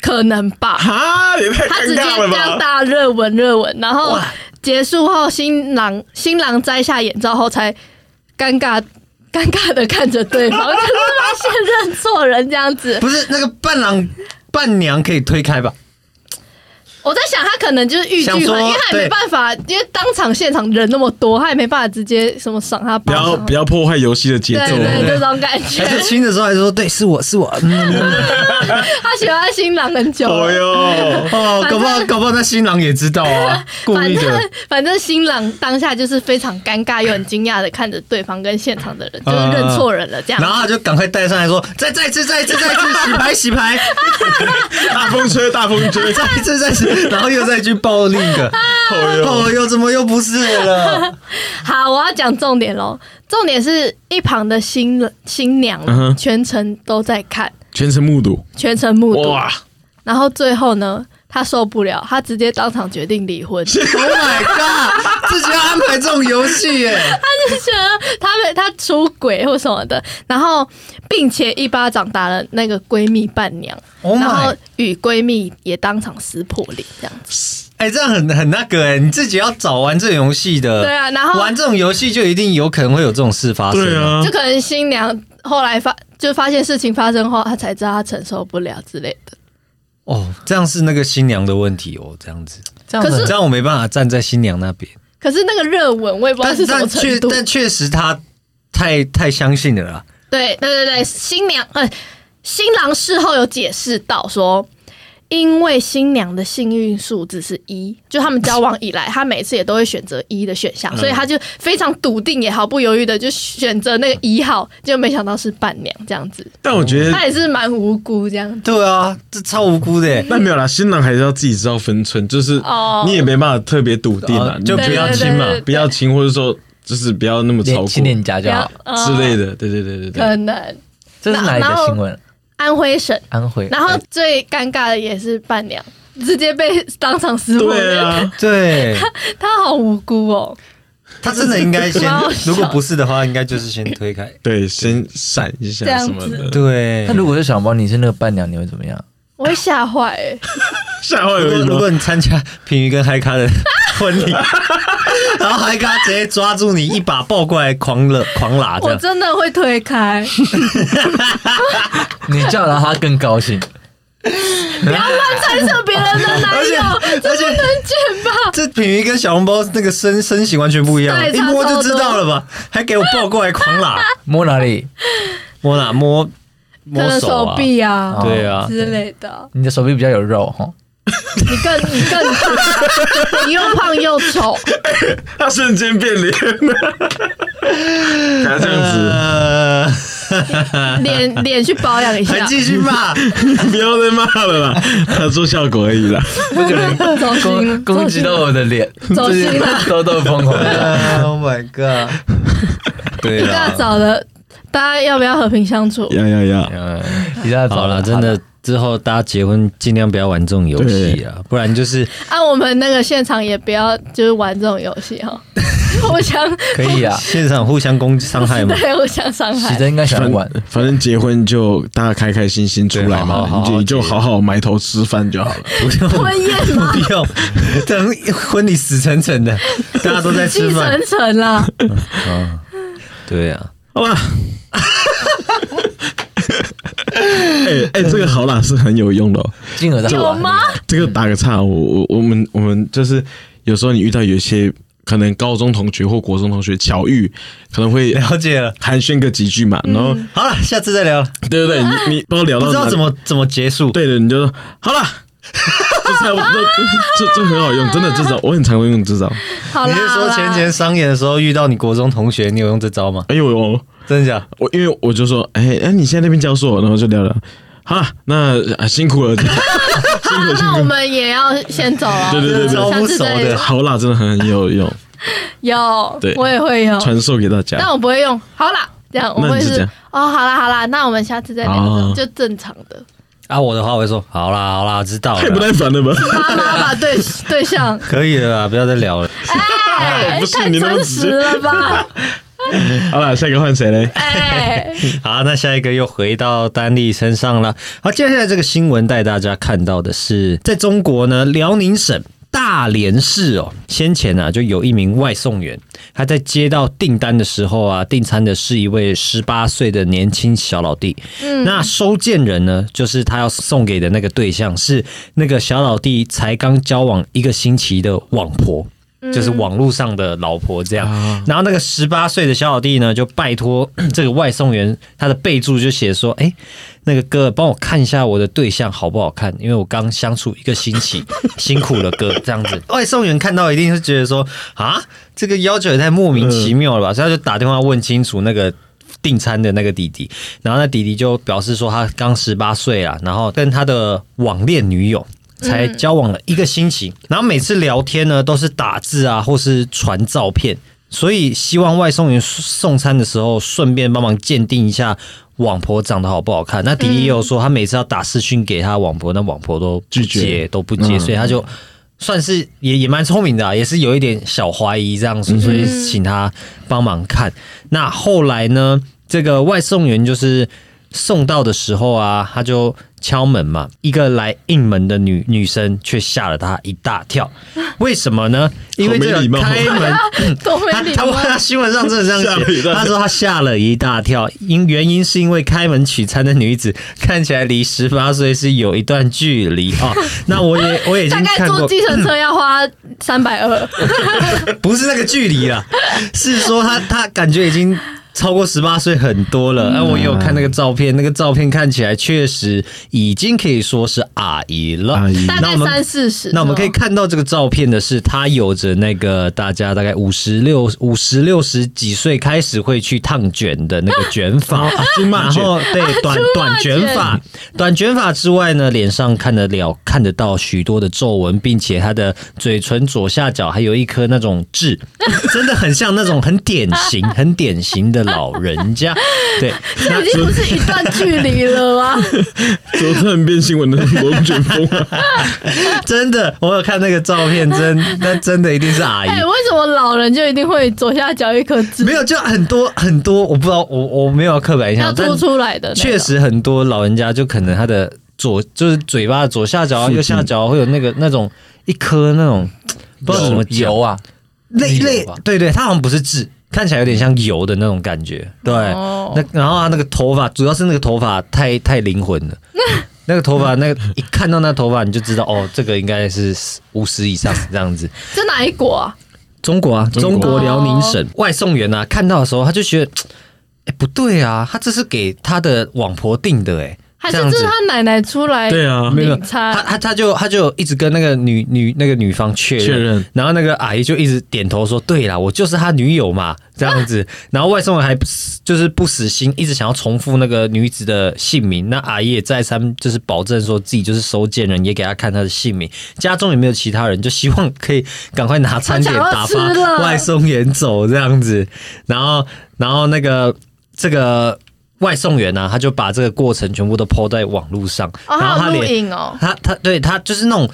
Speaker 4: 可能吧。
Speaker 3: 哈，也太
Speaker 4: [LAUGHS]
Speaker 3: 尴
Speaker 4: 他直接
Speaker 3: 尬了
Speaker 4: 这样
Speaker 3: 吧？
Speaker 4: 大热吻热吻，然后结束后，新郎新郎摘下眼罩后才尴尬尴尬的看着对方，就是发现认错人这样
Speaker 3: [LAUGHS]
Speaker 4: 子。
Speaker 2: 不是那个伴郎伴娘可以推开
Speaker 4: [LAUGHS]
Speaker 2: 吧？
Speaker 4: 我在想，他可能就是欲拒还
Speaker 2: 想
Speaker 4: 迎，因
Speaker 2: 说
Speaker 4: 为他也
Speaker 2: 对
Speaker 4: 没办法，因为当场现场人那么多，他也没办法直接什么赏他
Speaker 3: 不
Speaker 4: 巴
Speaker 3: 要
Speaker 4: 掌。
Speaker 3: 不要破坏游戏的节
Speaker 4: 对
Speaker 3: 奏。
Speaker 4: 对，这种感觉
Speaker 3: [LAUGHS]
Speaker 2: 而，且亲的时候还说对，是我是我，嗯，
Speaker 4: 他喜欢新郎很久了
Speaker 3: 哎呦，
Speaker 2: 哦，搞不好搞不好那新郎也知道啊，故
Speaker 4: [LAUGHS] 反
Speaker 2: 意的
Speaker 4: 正。反正新郎当下就是非常尴尬又很惊讶的看着对方跟现场的人，就是
Speaker 3: 啊
Speaker 4: 认错人了这样。
Speaker 2: 然后他就赶快带上来说：“再再一次，再一次，再一次，洗牌，洗牌，
Speaker 3: [LAUGHS] 大风吹，大风吹，
Speaker 2: 再一次，再一次。”然后又再去抱另一个，
Speaker 3: 哎呦，
Speaker 2: 哦，又怎么又不是
Speaker 3: [LAUGHS]
Speaker 2: 了？
Speaker 4: 好，我要讲重点喽。重点是一旁的新人新娘、
Speaker 3: 嗯哼
Speaker 4: 全程都在看，
Speaker 3: 全程目睹，
Speaker 4: 全程目睹。
Speaker 3: 哇，
Speaker 4: 然后最后呢，他受不了，他直接当场决定离婚。
Speaker 2: Oh my god！自己要安排这种游戏
Speaker 4: [LAUGHS]
Speaker 2: 耶，
Speaker 4: 觉得他们他出轨或什么的，然后并且一巴掌打了那个闺蜜伴娘
Speaker 2: Oh my
Speaker 4: 然后与闺蜜也当场撕破脸这样子。
Speaker 2: 哎、这样很很那个哎，你自己要找玩这种游戏的。
Speaker 4: 对啊然后
Speaker 2: 玩这种游戏就一定有可能会有这种事发生。
Speaker 3: 对，啊
Speaker 4: 就，可能新娘后来发就发现事情发生后，她才知道她承受不了之类的。
Speaker 2: 哦，这样是那个新娘的问题哦，这样子，
Speaker 1: 这样子
Speaker 4: 可是
Speaker 2: 这样我没办法站在新娘那边。
Speaker 4: 可是那个热吻，我也不知道
Speaker 2: 但
Speaker 4: 是什么
Speaker 2: 但
Speaker 4: 程
Speaker 2: 确
Speaker 4: 度。
Speaker 2: 但确实他太太相信了啦。
Speaker 4: 对对对对，新娘呃，新郎事后有解释到说，因为新娘的幸运数字是一，就他们交往以来，他每次也都会选择一的选
Speaker 3: 嗯
Speaker 4: 项，所以他就非常笃定，也毫不犹豫的就选择那个一号，就没想到是伴娘这样子，
Speaker 3: 但我觉得
Speaker 4: 他也是蛮无辜这样。
Speaker 2: 对啊，这超无辜的耶。欸
Speaker 3: 但没有啦，新郎还是要自己知道分寸，就是
Speaker 4: 哦
Speaker 3: 你也没办法特别笃定啦
Speaker 2: 哦，
Speaker 3: 你
Speaker 2: 就不要
Speaker 3: 亲嘛
Speaker 4: 对对对对对，
Speaker 3: 不要亲，或者说就是不要那么超
Speaker 1: 脸
Speaker 3: 过
Speaker 1: 亲脸颊就好。
Speaker 3: 之类的，对对对对对。
Speaker 4: 可能
Speaker 1: 这是哪里
Speaker 4: 然后
Speaker 1: 的新闻？
Speaker 4: 安徽省，
Speaker 1: 安徽。
Speaker 4: 然后最尴尬的也是伴娘。直接被当场撕破
Speaker 3: 对
Speaker 4: 脸，
Speaker 3: 啊，
Speaker 2: 对，
Speaker 4: 他好无辜哦！
Speaker 2: 他真的应该先
Speaker 4: 蛮好，笑
Speaker 2: 如果不是的话，应该就是先推开。
Speaker 3: 对，先闪一下
Speaker 4: 这样
Speaker 3: 什么
Speaker 2: 呃
Speaker 3: 的，
Speaker 2: 对，
Speaker 1: 那如果是小猫，你是那个伴娘，你会怎么样？
Speaker 4: 我会吓坏、欸，
Speaker 3: 吓坏
Speaker 2: 如果
Speaker 3: 我一
Speaker 2: 如
Speaker 3: 跳。
Speaker 2: 果你参加平鱼跟嗨咖 [LAUGHS] 的婚礼，然后嗨咖直接抓住你一把抱过来狂了狂
Speaker 3: 啊
Speaker 2: 拉这
Speaker 4: 我
Speaker 2: 样，
Speaker 4: 真的会推开。
Speaker 1: 你叫了他更高兴，
Speaker 4: 不要乱猜测别人的男
Speaker 2: [LAUGHS] 而且
Speaker 4: 友，
Speaker 2: 而且
Speaker 4: 见吧。
Speaker 2: 这品鱼跟小笼包那个身身形完全不一样，
Speaker 4: 对
Speaker 2: 一摸就知道了吧？还给我抱过来狂拉，
Speaker 1: 摸哪里？
Speaker 2: 摸哪摸
Speaker 4: 可
Speaker 2: 摸
Speaker 4: 能
Speaker 2: 手
Speaker 4: 手
Speaker 2: 啊？
Speaker 4: 臂啊
Speaker 1: 哦
Speaker 2: 对啊，
Speaker 4: 之类的，
Speaker 1: 你的手臂比较有肉哈。
Speaker 4: 你更你更你又胖又丑，
Speaker 3: 他瞬间变脸了，他这样
Speaker 2: 呃，
Speaker 4: 脸脸去保养一
Speaker 2: 还
Speaker 4: 下，
Speaker 2: 继续 [LAUGHS] 骂，
Speaker 3: 子，不要再骂了啦，他做效果而已啦。
Speaker 4: 走心了
Speaker 1: 攻攻击到我的
Speaker 4: [LAUGHS]
Speaker 1: 脸，
Speaker 4: 走心啊了
Speaker 1: 痘痘疯狂了。
Speaker 2: 呃 Oh my god！对啊
Speaker 4: 一大
Speaker 2: 啦，
Speaker 4: 早的，大家要不要和平相处？
Speaker 3: 呀呀呀！
Speaker 2: 嗯，
Speaker 1: 一下
Speaker 2: 好
Speaker 1: 走
Speaker 2: 了，真的。之后大家结婚尽量不要玩这种游戏啊，不然就是
Speaker 4: 按我们那个现场也不要就是玩这种游戏
Speaker 2: [LAUGHS]
Speaker 4: 哈，互相
Speaker 1: 可以啊。
Speaker 2: 现场互相攻击伤害嘛。
Speaker 4: 对互相伤
Speaker 1: 喜
Speaker 4: 害。
Speaker 1: 真应该想玩，
Speaker 3: 反正结婚就大家开开心心出来
Speaker 2: 对好好好好
Speaker 3: 嘛，你就
Speaker 2: 好
Speaker 3: 你就好好埋头吃饭就好了。
Speaker 4: 婚宴
Speaker 2: [LAUGHS]
Speaker 4: 嘛，
Speaker 2: 不用，等婚礼死沉沉的，大家都在吃
Speaker 4: 气
Speaker 2: 饭
Speaker 4: 沉。沉啦，
Speaker 2: 对啊，
Speaker 3: 好吧。 [LAUGHS] 哎哎，这个好啦，是很有用的、哦。
Speaker 1: 金额在
Speaker 4: 有吗？
Speaker 3: 这个打个岔，我我我们我们就是有时候你遇到有一些可能高中同学或国中同学巧遇，可能会
Speaker 2: 了解了。
Speaker 3: 寒暄个几句嘛，然后、
Speaker 2: 好了，下次再聊了。
Speaker 3: 对对对，你你不知道聊
Speaker 2: 不
Speaker 3: 到
Speaker 2: 知道
Speaker 3: 哪里
Speaker 2: 怎么怎么结束。
Speaker 3: 对的，你就说好啦。 [LAUGHS] 这差不多，这这这很好用，真的这招我很常会用这招。
Speaker 4: 好
Speaker 2: 你
Speaker 4: 啦，
Speaker 2: 是
Speaker 4: 好
Speaker 2: 说
Speaker 4: 啦
Speaker 2: 前前商演的时候遇到你国中同学，你有用这招吗？
Speaker 3: 哎呦我
Speaker 2: 真的假的？
Speaker 3: 我因为我就说，哎、哎、你现在那边教授，然后就聊聊。好啦，那、啊、辛苦了，
Speaker 4: 好啦 [LAUGHS] 那我们也要先走了。
Speaker 3: 对对对对
Speaker 4: 下次再
Speaker 2: 超不熟的
Speaker 3: 好啦，真的很有用，
Speaker 4: 有
Speaker 3: 对，
Speaker 4: 我也会有，
Speaker 3: 传授给大家。
Speaker 4: 但我不会用。好啦，这样我
Speaker 3: 那
Speaker 4: 会
Speaker 3: 你是
Speaker 4: 是
Speaker 3: 这样
Speaker 4: 哦，好啦好啦，那我们下次再聊
Speaker 3: 哦，
Speaker 4: 就正常的。
Speaker 2: 啊，我的话我会说，好啦好啦，知道 [LAUGHS]
Speaker 3: 太不
Speaker 2: 了啦，
Speaker 3: 耐烦了吧？
Speaker 4: 妈妈把对对象，
Speaker 2: 可以了啦，不要再聊了。
Speaker 4: 哎
Speaker 3: 不，是
Speaker 4: 太
Speaker 3: 你那么
Speaker 4: 真
Speaker 3: 直接
Speaker 4: 实了吧？
Speaker 3: 好啦，下一个换谁嘞？
Speaker 4: 哎，
Speaker 2: 好，那下一个又回到丹丽身上了。好，接下来这个新闻带大家看到的是，在中国呢，辽宁省。大连市哦，先前啊就有一名外送员，他在接到订单的时候啊，订餐的是一位十八岁的年轻小老弟。那收件人呢，就是他要送给的那个对象是那个小老弟才刚交往一个星期的网婆。就是网络上的老婆这样，然后那个十八岁的小老弟呢，就拜托 [CLEARS THROAT] 这个外送员，他的备注就写说：“哎、那个哥，帮我看一下我的对象好不好看，因为我刚相处一个星 [LAUGHS] 期，辛苦了哥。”这样子，外送员看到一定是觉得说：“啊，这个要求也太莫名其妙了吧？”所以他就打电话问清楚那个订餐的那个弟弟，然后那弟弟就表示说他刚十八岁啊，然后跟他的网恋女友。才交往了一个星期，然后每次聊天呢都是打字啊，或是传照片，所以希望外送员送餐的时候顺便帮忙鉴定一下网婆长得好不好看。那迪迪也有说，他每次要打视讯给他网婆，那网婆都不
Speaker 3: 拒绝
Speaker 2: 接都不接，
Speaker 3: 嗯
Speaker 2: 所以他就算是也也蛮聪明的、啊，也是有一点小怀疑这样
Speaker 3: 嗯
Speaker 2: 子，所以请他帮忙看。那后来呢，这个外送员就是送到的时候啊，他就敲门嘛，一个来应门的女女生却吓了他一大跳。为什么呢？因为这
Speaker 3: 啊好没礼
Speaker 2: 个
Speaker 3: 貌
Speaker 2: 开门。
Speaker 4: 多哦没
Speaker 2: 他 [LAUGHS]
Speaker 4: 礼
Speaker 2: 他
Speaker 4: 貌。
Speaker 2: 他新闻上真的
Speaker 4: [LAUGHS]
Speaker 2: 这
Speaker 3: 吓
Speaker 2: 样
Speaker 3: 了一
Speaker 2: 写，
Speaker 3: 大跳
Speaker 2: 他说他吓了一大跳，因原因是因为开门取餐的女子 [LAUGHS] 看起来离十八岁是有一段距离
Speaker 4: [LAUGHS]
Speaker 2: 啊、哦。那我也我也已
Speaker 4: 大
Speaker 2: 经
Speaker 4: 概
Speaker 2: 看
Speaker 4: 坐
Speaker 2: 过，
Speaker 4: 计程车要花三百二，
Speaker 2: [LAUGHS] 不是那个距离啦，是说他他感觉已经。超过十八岁很多
Speaker 4: 嗯
Speaker 2: 了，哎、我有看那个照片，那个照片看起来确实已经可以说是阿姨了。
Speaker 3: 阿姨
Speaker 4: 大
Speaker 2: 那
Speaker 4: 概
Speaker 2: 我们
Speaker 4: 三四十。
Speaker 2: 那我们可以看到这个照片的是，他有着那个大家大概五十六、五十六十几岁开始会去烫卷的那个卷发， [LAUGHS]
Speaker 3: 金发
Speaker 2: 然
Speaker 3: 卷
Speaker 2: 后对短短卷发，短卷发之外呢，脸上看得了看得到许多的皱纹，并且他的嘴唇左下角还有一颗那种痣， [LAUGHS] 真的很像那种很典型、很典型的老人家。对，
Speaker 4: 这已经不是一段距离了啊！
Speaker 3: 昨天变新闻的龙卷风啊，
Speaker 2: 真的，我有看那个照片，真那真的一定是阿姨
Speaker 4: 哎、。为什么老人就一定会左下角一颗痣
Speaker 2: 没有，就很多很多，我不知道，我我没有要刻板印
Speaker 4: 要
Speaker 2: 象，但
Speaker 4: 凸出来的那种？
Speaker 2: 确实很多老人家就可能他的左就是嘴巴的左下角啊、
Speaker 3: 附近
Speaker 2: 右下角会有那个那种一颗那种不知道怎么讲
Speaker 1: 油啊？
Speaker 2: 类
Speaker 1: 油
Speaker 2: 类
Speaker 1: 吧，
Speaker 2: 对对，它好像不是痣，看起来有点像油的那种感觉。对，
Speaker 4: 哦
Speaker 2: 那然后他那个头发，主要是那个头发太太灵魂
Speaker 4: [LAUGHS]
Speaker 2: 了。那个头发，那个一看到那头发，你就知道哦，这个应该是五十以上这样子。
Speaker 4: 这哪一国啊？
Speaker 2: 中国啊，
Speaker 3: 中
Speaker 2: 中
Speaker 3: 国哦
Speaker 2: 国辽宁省、外送员啊，看到的时候他就觉得，哎、不对啊，他这是给他的网婆订的、诶
Speaker 4: 还
Speaker 2: 哎，
Speaker 4: 是
Speaker 2: 这样
Speaker 4: 这是
Speaker 2: 子。
Speaker 4: 他奶奶出来？
Speaker 3: 对 [LAUGHS] 啊
Speaker 2: 没有，
Speaker 4: 领餐
Speaker 2: 他他他就他就一直跟那个女女那个女方确认，
Speaker 3: 确认
Speaker 2: 然后那个阿姨就一直点头说：“对啦，我就是他女友嘛，这样子。 [LAUGHS] 然后外送员还不死就是不死心，一直想要重复那个女子的姓名。那阿姨也再三就是保证说自己就是收件人，也给他看她的姓名，家中也没有其他人，就希望可以赶快拿餐点打
Speaker 4: 他想要吃了
Speaker 2: 发外送员啊走这样子。然后，然后那个这个。外送员呢、他就把这个过程全部都抛在网络上，
Speaker 4: 哦，
Speaker 2: 然后
Speaker 4: 还
Speaker 2: 他
Speaker 4: 有录
Speaker 2: 连
Speaker 4: 影哦。
Speaker 2: 他他对他就是那种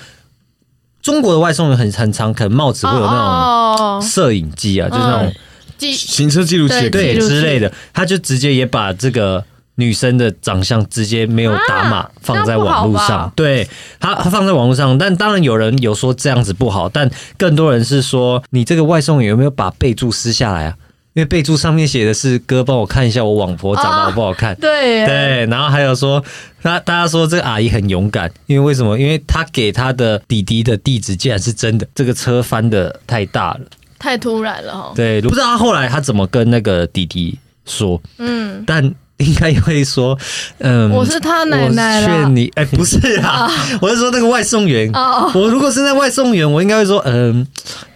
Speaker 2: 中国的外送员很很常，可能帽子会有那
Speaker 4: 哦
Speaker 2: 种摄影机啊，
Speaker 4: 哦
Speaker 2: 就是那种
Speaker 4: 记
Speaker 3: 行车记录器也可以
Speaker 2: 对
Speaker 4: 记录器
Speaker 2: 之类的，他就直接也把这个。女生的长相直接没有打码、
Speaker 4: 啊
Speaker 2: 放在网
Speaker 4: 这样不
Speaker 2: 络
Speaker 4: 好吧
Speaker 2: 上，对他他放在网络上，但当然有人有说这样子不好，但更多人是说你这个外送员有没有把备注撕下来啊？因为备注上面写的是哥帮我看一下我网婆长得好不好看，
Speaker 4: 啊 [LAUGHS] 对耶
Speaker 2: 对，然后还有说，他大家说这个阿姨很勇敢，因为为什么？因为她给她的弟弟的地址竟然是真的，这个车翻的太大了。
Speaker 4: 太突然了哈。
Speaker 2: 对，哦不知道她后来她怎么跟那个弟弟说，
Speaker 4: 嗯，
Speaker 2: 但应该会说，嗯，
Speaker 4: 我是他奶奶
Speaker 2: 我
Speaker 4: 啦
Speaker 2: 劝。你，哎、不是啊，我是说那个外送员。
Speaker 4: 哦
Speaker 2: 我如果是那外送员，我应该会说，嗯，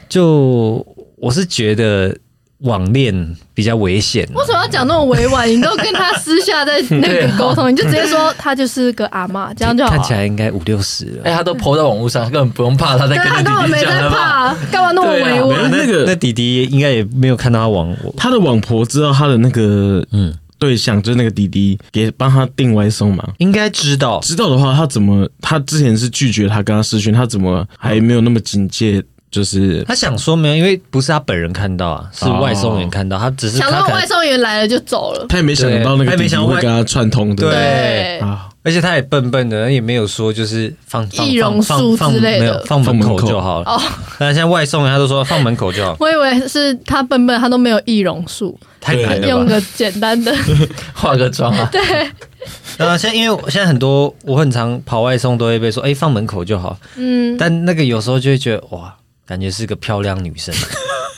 Speaker 2: 就我是觉得网恋比较危险啊、
Speaker 4: 为什么要讲那么委婉？你都跟他私下在
Speaker 2: [LAUGHS]
Speaker 4: 那个沟通，你就直接说他就是个阿嬷，这样就好
Speaker 2: 看
Speaker 4: 了
Speaker 2: 起。来应该五六十了。
Speaker 1: 哎、他都抛到网络上，他根本不用怕他在
Speaker 4: 对
Speaker 1: 跟
Speaker 4: 啊，
Speaker 1: 那
Speaker 4: 根本
Speaker 1: 弟弟
Speaker 4: 没
Speaker 1: 讲
Speaker 4: 在
Speaker 1: 了吧？
Speaker 4: 怕，干嘛那么委
Speaker 3: 没有
Speaker 4: 婉？
Speaker 3: 那
Speaker 2: 啊那那
Speaker 3: 个
Speaker 2: 弟弟应该也没有看到他网我
Speaker 3: 他的网婆知道他的那个
Speaker 2: 嗯
Speaker 3: 嗯对象就是那个弟弟，也帮他订外送嘛。
Speaker 2: 应该知道，
Speaker 3: 知道的话，他怎么他之前是拒绝他跟他视讯，他怎么还没有那么警戒？就是
Speaker 2: 他想说没有，因为不是他本人看到啊，是
Speaker 3: 哦
Speaker 2: 外送员看到，他只是
Speaker 4: 想
Speaker 2: 他
Speaker 4: 到
Speaker 2: 可
Speaker 4: 外
Speaker 2: 能
Speaker 4: 送员来了就走了。
Speaker 3: 他也没想到那
Speaker 2: 对他
Speaker 3: 个
Speaker 2: 也
Speaker 3: 弟
Speaker 2: 没
Speaker 3: 弟
Speaker 2: 想到
Speaker 3: 会跟他串通，对不对？
Speaker 4: 对，
Speaker 3: 啊，
Speaker 2: 而且他也笨笨的，也没有说就是放放
Speaker 4: 易容
Speaker 2: 放
Speaker 4: 术
Speaker 2: 放放
Speaker 4: 之类的
Speaker 2: 没有放门
Speaker 3: 放门
Speaker 2: 口
Speaker 3: 口
Speaker 2: 就好了。
Speaker 4: 哦，
Speaker 2: 但现在外送员他都说放门口就好，
Speaker 4: 我以为是他笨笨，他都没有易容术，
Speaker 2: 太难了
Speaker 4: 用
Speaker 2: 吧？
Speaker 4: 个简单的。
Speaker 1: 化个妆啊？
Speaker 2: 呃，现在因为我现在很多我很常跑外送都会被说，哎，放门口就好，
Speaker 4: 嗯，
Speaker 2: 但那个有时候就会觉得哇。感觉是个漂亮女
Speaker 4: [LAUGHS]
Speaker 2: 生，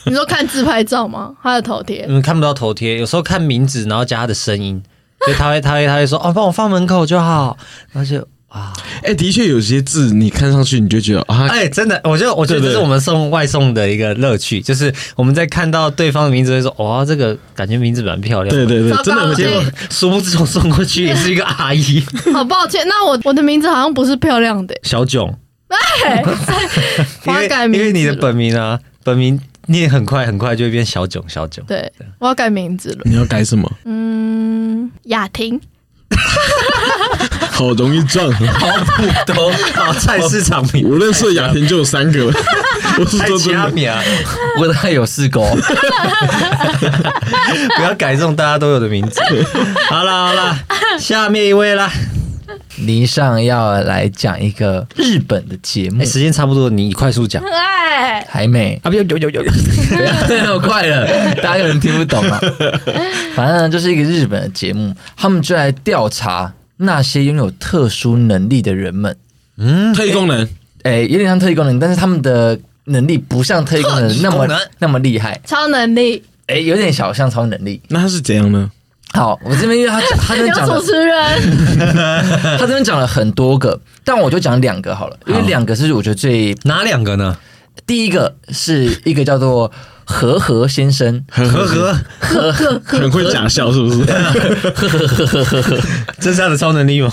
Speaker 4: 你说看自拍照吗？他的头贴。
Speaker 2: 嗯，看不到头贴，有时候看名字，然后加她的声音，所以她会，她会，她会说，哦，帮我放门口就好，然后就哇，
Speaker 3: 哎，的确有些字你看上去你就觉得啊，
Speaker 2: 哎、真的，我觉得我觉得
Speaker 3: 对对
Speaker 2: 这是我们送外送的一个乐趣，就是我们在看到对方的名字会说，哇、这个感觉名字蛮漂亮。
Speaker 3: 对对对
Speaker 4: 糟糕，
Speaker 3: 真的
Speaker 4: 了
Speaker 3: 会这
Speaker 4: 这
Speaker 3: 样。
Speaker 2: 殊不知我送过去也是一个阿
Speaker 4: [LAUGHS]
Speaker 2: 姨，
Speaker 4: 好抱歉，那我我的名字好像不是漂亮的、
Speaker 2: 小囧，
Speaker 4: 欸，
Speaker 2: 因
Speaker 4: 花
Speaker 2: 为
Speaker 4: 改名
Speaker 2: 因为你的
Speaker 4: 字了
Speaker 2: 本名啊，本名念很快很快就会变小囧小囧。
Speaker 4: 对，我要改名字了。
Speaker 3: 你要改什么？
Speaker 4: 嗯，雅婷，
Speaker 3: 好容易撞。
Speaker 2: 好普通，好菜市场名，
Speaker 3: [LAUGHS] 我认识的雅婷就有三 [LAUGHS] 个了，我是
Speaker 2: 太
Speaker 3: 说真
Speaker 2: 其他
Speaker 3: 的。
Speaker 2: 名啊，
Speaker 1: 我大概有四个哦，
Speaker 2: 不要改这种大家都有的名 [LAUGHS] 字。好啦好啦，下面一位啦。
Speaker 1: 离上要来讲一个日本的节目
Speaker 2: 哎，，时间差不多，你快速讲。
Speaker 4: 哎，
Speaker 1: 还没啊，不有有有 [LAUGHS] 有，不要太那么快 [LAUGHS] 了，大家有人听不 [LAUGHS] 懂啊。反正呢就是一个日本的节目，他们就来调查那些拥有特殊能力的人们，
Speaker 3: 特异功能，
Speaker 1: 哎、有点像特异功能，但是他们的能力不像 [LAUGHS] 特异功能那么
Speaker 2: 特异功能
Speaker 1: 那么厉害，
Speaker 4: 超能力，
Speaker 1: 哎、有点小像超能力。
Speaker 3: 那他是怎样呢？
Speaker 1: 好，我这边 [LAUGHS] 因为他他这
Speaker 4: 有
Speaker 1: 边讲
Speaker 4: 主
Speaker 1: 了，
Speaker 4: 持人，
Speaker 1: 他这边讲了很多个，但我就讲两个好了，因为两个是我觉得最
Speaker 2: 哪两个呢？
Speaker 1: 第一个是一个叫做和和先 [LAUGHS] 生，
Speaker 3: 很
Speaker 2: 呵 [LAUGHS] 呵，
Speaker 3: 很会假笑，是不是？
Speaker 2: 这是他的超能力吗？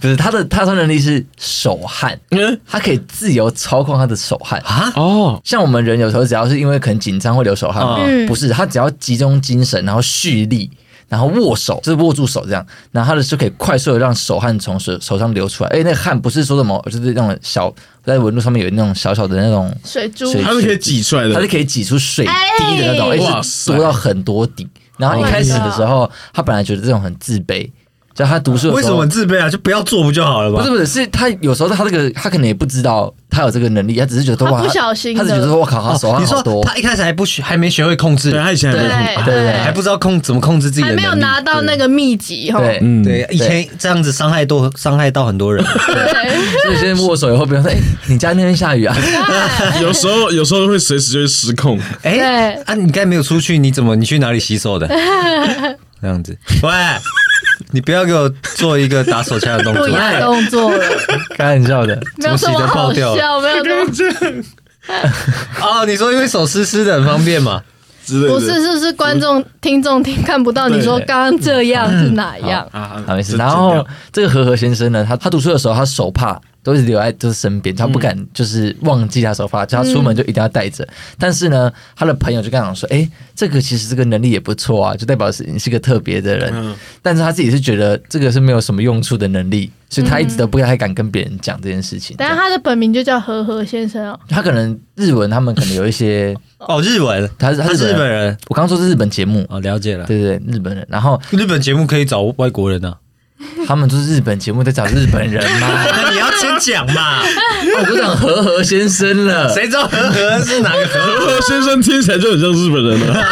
Speaker 1: 不是他的他的超能力是手汗，
Speaker 3: [LAUGHS] 嗯，
Speaker 1: 他可以自由操控他的手汗。
Speaker 2: 啊，
Speaker 3: 哦，
Speaker 1: 像我们人有时候只要是因为可能紧张会流手汗嘛，
Speaker 4: 嗯
Speaker 1: 不是他只要集中精神，然后蓄力，然后握手，就是握住手这样，然后他的就可以快速的让手汗从手手上流出来。哎，那个汗不是说什么，就是那种小在纹路上面有那种小小的那种，
Speaker 4: 水珠，
Speaker 1: 水
Speaker 3: 他是可以挤出来
Speaker 1: 它
Speaker 3: 的
Speaker 1: 是，可以挤出水滴的那种，
Speaker 4: 哎
Speaker 1: 而且
Speaker 3: 哇
Speaker 1: 是
Speaker 3: 塞
Speaker 1: 多到很多滴。然后一开始的时候，他本来觉得这种很自卑，就他读书的
Speaker 2: 为
Speaker 1: 时
Speaker 2: 什
Speaker 1: 候
Speaker 2: 么。自卑啊？就不要做不就好了
Speaker 1: 不是
Speaker 2: 吧？
Speaker 1: 不是，是他有时候他这个他可能也不知道他有这个能力，他只是觉得
Speaker 4: 他
Speaker 1: 哇，
Speaker 4: 不小心的
Speaker 1: 他只觉得说我靠，他啊手
Speaker 2: 哦
Speaker 1: 汗
Speaker 2: 你
Speaker 1: 好
Speaker 2: 说
Speaker 1: 多，
Speaker 2: 他一开始还不学，还没学会控制哎
Speaker 3: 对，，他以前还没有碰
Speaker 4: 对
Speaker 1: 对对
Speaker 2: 还不知道控怎么控制自己的
Speaker 4: 还
Speaker 2: 能力，
Speaker 4: 没有拿到那个秘籍哈。
Speaker 1: 对，
Speaker 3: 嗯，
Speaker 2: 对，以前这样子伤害多伤害到很
Speaker 4: [LAUGHS]
Speaker 2: 多人，
Speaker 4: 对，
Speaker 1: 所以现在握手以后，别人说，哎、你家那边下雨啊？
Speaker 3: 有时候有时候会随时就会失控。
Speaker 2: 哎、
Speaker 4: 对
Speaker 2: 啊，你刚才没有出去，你怎么你去哪里洗手
Speaker 4: [LAUGHS]
Speaker 2: 的？这样子，喂，你不要给我做一个打手枪的动
Speaker 4: 不
Speaker 2: 作
Speaker 4: 一，样的动作了，
Speaker 1: [LAUGHS] 开玩笑的，
Speaker 4: 没有
Speaker 2: 主
Speaker 4: 这
Speaker 2: 席
Speaker 4: 么
Speaker 2: 都爆
Speaker 4: 好
Speaker 2: 掉了
Speaker 4: 笑，没有这么
Speaker 2: 哦，你说因为手湿湿的很方便嘛？
Speaker 3: 之类的。
Speaker 4: 不是，是不是观众听众听看不到？你说刚刚这样是哪样？
Speaker 3: 啊
Speaker 1: 好没事。然后这个和和先生呢，他他读书的时候，他手帕都是留在就是身边，他不敢就是忘记他手帕，就他出门就一定要带着。但是呢，他的朋友就跟他讲说，哎、这个其实这个能力也不错啊，就代表是你是个特别的人。
Speaker 3: 嗯
Speaker 1: 但是他自己是觉得这个是没有什么用处的能力，所以他一直都不太敢跟别人讲这件事情。
Speaker 4: 但是他的本名就叫和和先生哦，
Speaker 1: 他可能日文，他们可能有一些，
Speaker 2: 哦，日文，
Speaker 1: 他是
Speaker 2: 他是日本
Speaker 1: 人，
Speaker 2: 人，
Speaker 1: 我刚刚说是日本节目，
Speaker 2: 哦，了解了。
Speaker 1: 对对对，日本人。然后
Speaker 2: 日本节目可以找外国
Speaker 1: [LAUGHS]
Speaker 2: 人啊，
Speaker 1: 他们就是日本节目在找日本人嘛，
Speaker 2: 那你要先讲嘛，
Speaker 1: 我哦都讲和和先生了，
Speaker 2: [LAUGHS] 谁知道和和是哪个和？
Speaker 3: 何先生听起来就很像日本人了，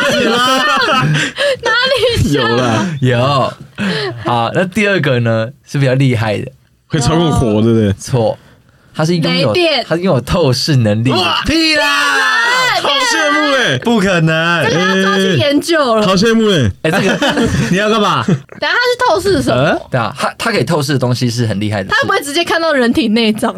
Speaker 3: [LAUGHS] 有啦，
Speaker 1: 有？好，那第二个呢是比较厉害的，
Speaker 3: 会操控火，对不对？
Speaker 1: 错，他是拥有
Speaker 4: 雷电
Speaker 1: 他是拥有透视能力的，
Speaker 2: 哇，屁啦！
Speaker 3: [LAUGHS] 好羡慕哎、
Speaker 2: 不可能！
Speaker 4: [LAUGHS] 大家抓去研究了。
Speaker 3: 好羡慕
Speaker 1: 哎、
Speaker 3: 哎、
Speaker 1: 这个
Speaker 2: 你要干嘛？
Speaker 4: 等一下他是透视什么？
Speaker 1: 对啊，他他可以透视的东西是很厉害的
Speaker 4: 他
Speaker 1: 事，
Speaker 4: 会不会直接看到人体
Speaker 2: [LAUGHS]
Speaker 4: 内脏？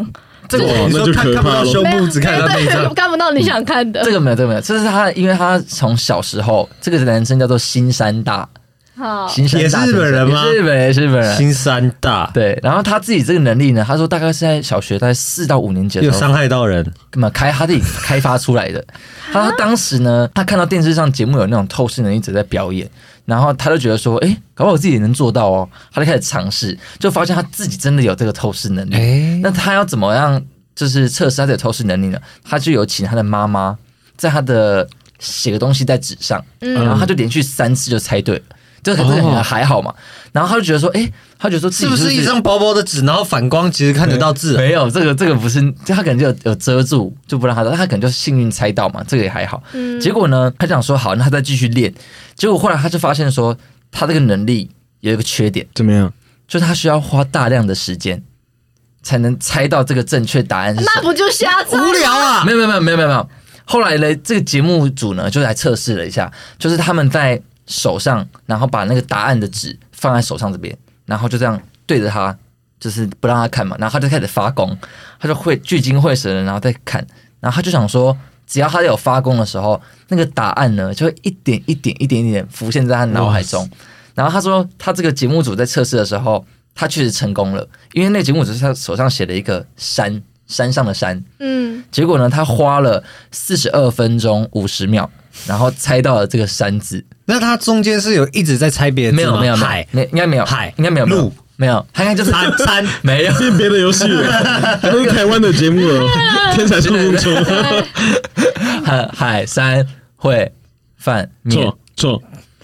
Speaker 1: 这个
Speaker 3: 哇
Speaker 2: 你
Speaker 3: 那
Speaker 2: 说
Speaker 3: 就
Speaker 2: 看
Speaker 3: 可
Speaker 2: 看不
Speaker 3: 怕
Speaker 2: 到
Speaker 3: 了
Speaker 2: 胸部，只看
Speaker 4: 对
Speaker 2: 到内
Speaker 4: [LAUGHS] 对，
Speaker 2: 脏。嗯
Speaker 4: 看不到你想看的
Speaker 1: 这。个没有，这个没有，这是他，因为他从小时候，这个男生叫做新山大，
Speaker 4: 好，
Speaker 1: 新山大
Speaker 2: 也是日本人吗
Speaker 1: 也是日本人，也是日本人。
Speaker 2: 新三大
Speaker 1: 对，然后他自己这个能力呢，他说大概是在小学大概四到五年级的
Speaker 2: 又
Speaker 1: 时候
Speaker 2: 伤害到人，
Speaker 1: 干嘛开他自己开发出来的。他说当时呢，他看到电视上节目有那种透视能力者在表演，然后他就觉得说，诶，搞不好我自己也能做到哦。他就开始尝试，就发现他自己真的有这个透视能力。
Speaker 2: 哎
Speaker 1: 那他要怎么样就是测试他的透视能力呢？他就有请他的妈妈在他的写个东西在纸上，然后他就连续三次就猜对了。这个这个
Speaker 3: 哦
Speaker 1: 还好嘛，然后他就觉得说，诶，他觉得说自
Speaker 2: 是
Speaker 1: 己
Speaker 2: 不
Speaker 1: 是
Speaker 2: 是一张薄薄的纸，然后反光其实看得到字啊？
Speaker 1: 没有，这个这个不是，就他可能就有有遮住，就不让他，他可能就幸运猜到嘛，这个也还好。结果呢，他想说好，那他再继续练。结果后来他就发现说，他这个能力有一个缺点，
Speaker 3: 怎么样？
Speaker 1: 就是他需要花大量的时间才能猜到这个正确答案是
Speaker 4: 那
Speaker 1: 什么。
Speaker 4: 不就瞎猜？
Speaker 2: 无聊啊！
Speaker 1: 没有没有没有没有没有没有。后来呢，这个节目组呢就来测试了一下，就是他们在手上，然后把那个答案的纸放在手上这边，然后就这样对着他，就是不让他看嘛，然后他就开始发功，他就会聚精会神的，然后再看，然后他就想说，只要他有发功的时候，那个答案呢就会一点一点一点一点浮现在他脑海中。然后他说，他这个节目组在测试的时候，他确实成功了，因为那个节目组是他手上写了一个山，山上的山，
Speaker 4: 嗯，
Speaker 1: 结果呢，他花了四十二分钟五十秒，然后猜到了这个山字。
Speaker 2: 那他中间是有一直在猜哎别的字
Speaker 1: 没有
Speaker 2: 吗
Speaker 1: 没有没有
Speaker 2: 海，
Speaker 1: 没应该没有
Speaker 2: 海
Speaker 1: 应该没有
Speaker 2: 路
Speaker 1: 没有，他应该就是
Speaker 2: 山山
Speaker 1: [LAUGHS] 没有。
Speaker 3: 变别的游戏 [LAUGHS] 了，都是台湾的节目了，天才冲冲冲， [LAUGHS]
Speaker 1: 海海山会饭面
Speaker 3: 错，错，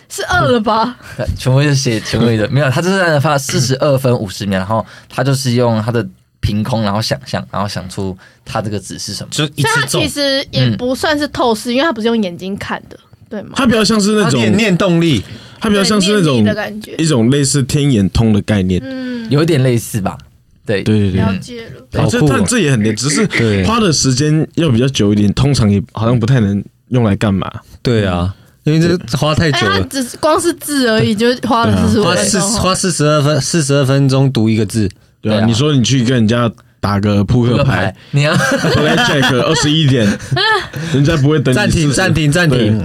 Speaker 4: 是饿了吧？
Speaker 1: 全部是写全部的，没有，他就是在那发四十二分五十秒，然后他就是用他的凭空，然后想象，然后想出他这个字是什么。
Speaker 2: 就一
Speaker 4: [LAUGHS] 所以
Speaker 2: 直
Speaker 4: 他
Speaker 2: 中嗯
Speaker 4: 其。实也不算是透视，因为他不是用眼睛看的，对吗？
Speaker 3: 它比较像是那
Speaker 2: 他
Speaker 3: 种，
Speaker 2: 念念动力，
Speaker 3: 它比较像是那
Speaker 4: 念力
Speaker 3: 种
Speaker 4: 的感觉嗯
Speaker 3: 一种类似天眼通的概念。
Speaker 1: 有一点类似吧？对，
Speaker 3: 对对对，
Speaker 4: 了解了。
Speaker 3: 哦这
Speaker 2: 好酷哦
Speaker 3: 但这也很
Speaker 2: [LAUGHS]
Speaker 3: 累，只是
Speaker 2: 对
Speaker 3: 花的时间要比较久一点，通常也好像不太能用来干嘛。
Speaker 2: 对啊，因为这花太
Speaker 4: 哎，
Speaker 2: 久
Speaker 4: 他
Speaker 2: 了，啊
Speaker 4: 只是光是字而已，就花了四十五
Speaker 2: 花
Speaker 4: 分
Speaker 2: 四
Speaker 4: 钟哦。
Speaker 2: 花四十二分四十二分钟读一个字，
Speaker 3: 对
Speaker 1: 对
Speaker 3: 啊，
Speaker 1: 啊
Speaker 3: 你说你去跟人家打个扑
Speaker 1: 扑
Speaker 3: 克
Speaker 1: 克
Speaker 3: 牌
Speaker 1: 牌，你要 [LAUGHS]
Speaker 3: ，play
Speaker 2: [LAUGHS]
Speaker 3: jack 二十一点，人家不会等你
Speaker 2: 暂停
Speaker 3: 40
Speaker 2: 暂。停暂停，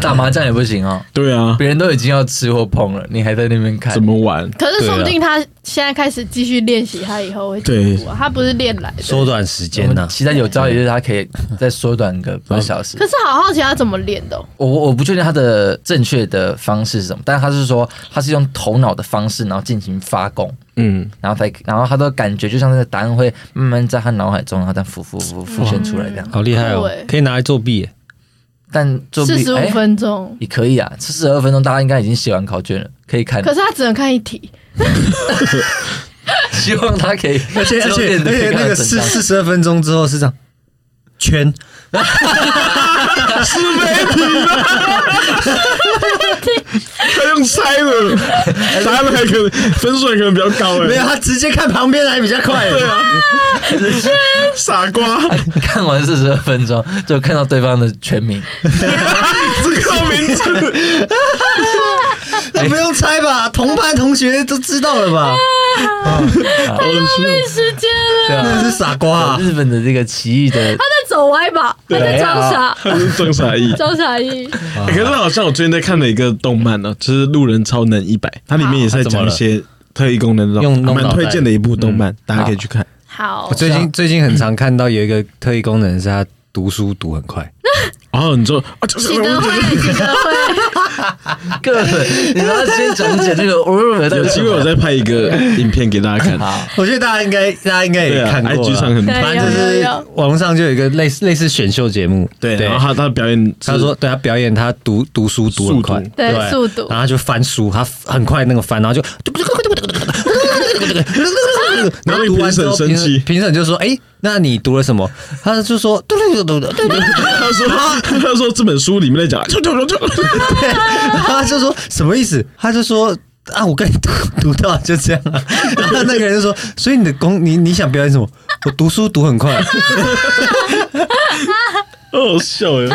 Speaker 1: 打麻将也不行哦，
Speaker 3: 对啊，
Speaker 1: 别人都已经要吃或碰了，你还在那边看
Speaker 3: 怎，么玩？
Speaker 4: 可是说不定他现在开始继续练习，他以后会进步啊。他不是练来的。
Speaker 2: 缩短时
Speaker 1: 我
Speaker 2: 间呐
Speaker 1: 们。期待有朝一日他可以再缩短个半小时
Speaker 4: 可。是好好奇他怎么练的哦、
Speaker 1: [LAUGHS] 我我我不确定他的正确的方式是什么，但他是说他是用头脑的方式，然后进行发功，
Speaker 3: 嗯，
Speaker 1: 然后才然后他的感觉就像那个答案会慢慢在他脑海中，然后再浮浮浮浮现出来这样。
Speaker 2: 好厉害
Speaker 4: 酷
Speaker 2: 哦
Speaker 4: 欸，
Speaker 2: 可以拿来作弊耶。
Speaker 1: 但作弊
Speaker 4: 四十
Speaker 1: 哎
Speaker 4: 五分钟。
Speaker 1: 也可以啊，四十二分钟大家应该已经写完考卷了，可以看。
Speaker 4: 可是他只能看一题，
Speaker 1: [LAUGHS]
Speaker 2: 啊
Speaker 1: 希望他可 [LAUGHS] 以，
Speaker 2: 而 [LAUGHS] 且而且而且那个四四十二分钟之后是这样圈，
Speaker 3: 他用猜
Speaker 2: [LAUGHS]
Speaker 3: 的，答案还可能分数还可能比较高哎。
Speaker 2: 没有，他直接看旁边还比较快。对
Speaker 4: [LAUGHS]
Speaker 2: 啊，
Speaker 3: 傻
Speaker 2: [LAUGHS]
Speaker 3: 瓜， [LAUGHS]
Speaker 1: 看完四十二分钟就看到对方的全名，
Speaker 3: 这个
Speaker 2: [LAUGHS]
Speaker 3: 名字
Speaker 2: 那不用猜吧，同班同学都知道了 [LAUGHS] 吧？
Speaker 3: 好笑。
Speaker 4: 时间了，
Speaker 1: 对啊
Speaker 2: 那，是傻瓜啊，
Speaker 1: [LAUGHS] 日本的这个奇异的
Speaker 4: 他在走歪吧？他在装傻，
Speaker 3: 他是装傻
Speaker 4: [LAUGHS]
Speaker 3: 意，
Speaker 4: 装傻意。
Speaker 3: 欸可是好像我最近在看了一个动漫呢、就是《路人超能一百》，它里面也是在讲一些特异功能的，
Speaker 2: 用
Speaker 3: 还
Speaker 2: 弄
Speaker 3: 蛮
Speaker 2: 脑袋
Speaker 3: 推荐的一部动漫，大家可以去看。
Speaker 4: 好
Speaker 2: 我，最近最近很常看到有一个特异功能是他读书读很快，
Speaker 3: 然后你说啊，就是
Speaker 4: 喜德
Speaker 3: 我
Speaker 4: 会，喜德
Speaker 3: [LAUGHS]
Speaker 4: 会，
Speaker 1: 个，你让他先讲解这 [LAUGHS] 个，哎我认为
Speaker 3: 有机会我再拍一个影片给大家看。
Speaker 1: [LAUGHS] 好，
Speaker 2: 我觉得大家应该大家应该
Speaker 3: 对
Speaker 2: 也
Speaker 3: 啊
Speaker 2: 看过了
Speaker 3: ，IG 上很
Speaker 4: 对
Speaker 2: 反正就
Speaker 4: 有有
Speaker 2: 是
Speaker 4: 有
Speaker 2: 网络上就有一个类似类似选秀节目，
Speaker 3: 对，然后他他的表演，
Speaker 2: 他说，对他表演，他读读书读很快
Speaker 3: 速读，
Speaker 4: 对速读
Speaker 2: 然后他就翻书，他很快那个翻， [LAUGHS] 然后就，然后读完之后，
Speaker 3: 那评审生气
Speaker 2: 评审就说：“哎，那你读了什么？”他就说：“对对对对对对。
Speaker 3: 他说他说这本书里面在讲，就就就就，”
Speaker 2: 然后他就说：“什么意思？”他就说。啊，我跟你读读到就这样啊，然后那个人就说，所以你的功，你你想表演什么？我读书读很
Speaker 4: [LAUGHS]
Speaker 2: 快，
Speaker 3: 好好笑哎。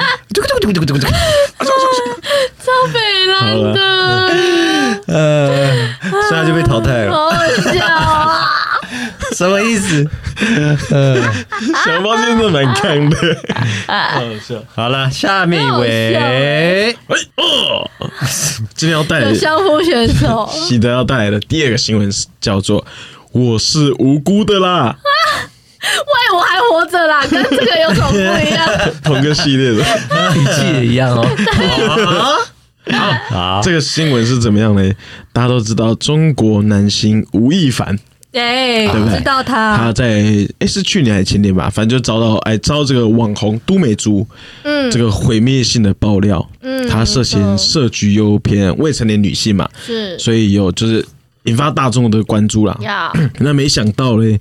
Speaker 4: 超北蓝的，
Speaker 2: 呃，所以他就被淘汰
Speaker 4: [LAUGHS]
Speaker 2: 了，
Speaker 4: 好好笑啊！
Speaker 2: 什么意思？
Speaker 3: 小猫真的蛮看的，好好笑。
Speaker 2: 好了，下面一位，
Speaker 3: 哎哦，今天要带
Speaker 4: 有
Speaker 3: 来
Speaker 4: 相互选手，
Speaker 3: 喜德要带来的第二个新闻是叫做“我是无辜的啦
Speaker 4: 喂，我还活着啦，跟这个有什么不一
Speaker 3: [LAUGHS]
Speaker 4: 样？”，
Speaker 3: 同个系列的。
Speaker 1: 语气也一样哦。
Speaker 4: 欸
Speaker 2: 啊好，
Speaker 3: 这个新闻是怎么样嘞？大家都知道，中国男星吴亦凡，
Speaker 4: 哎，
Speaker 3: 对不对
Speaker 4: 知道他
Speaker 3: 他，在哎是去年还是前年吧，反正就遭到哎遭这个网红都美竹
Speaker 4: 嗯
Speaker 3: 这个毁灭性的爆料，
Speaker 4: 嗯
Speaker 3: 他涉嫌涉局诱骗未成年女性嘛，
Speaker 4: 是
Speaker 3: 所以有就是引发大众的关注啦。
Speaker 4: 呀，
Speaker 3: 那没想到嘞，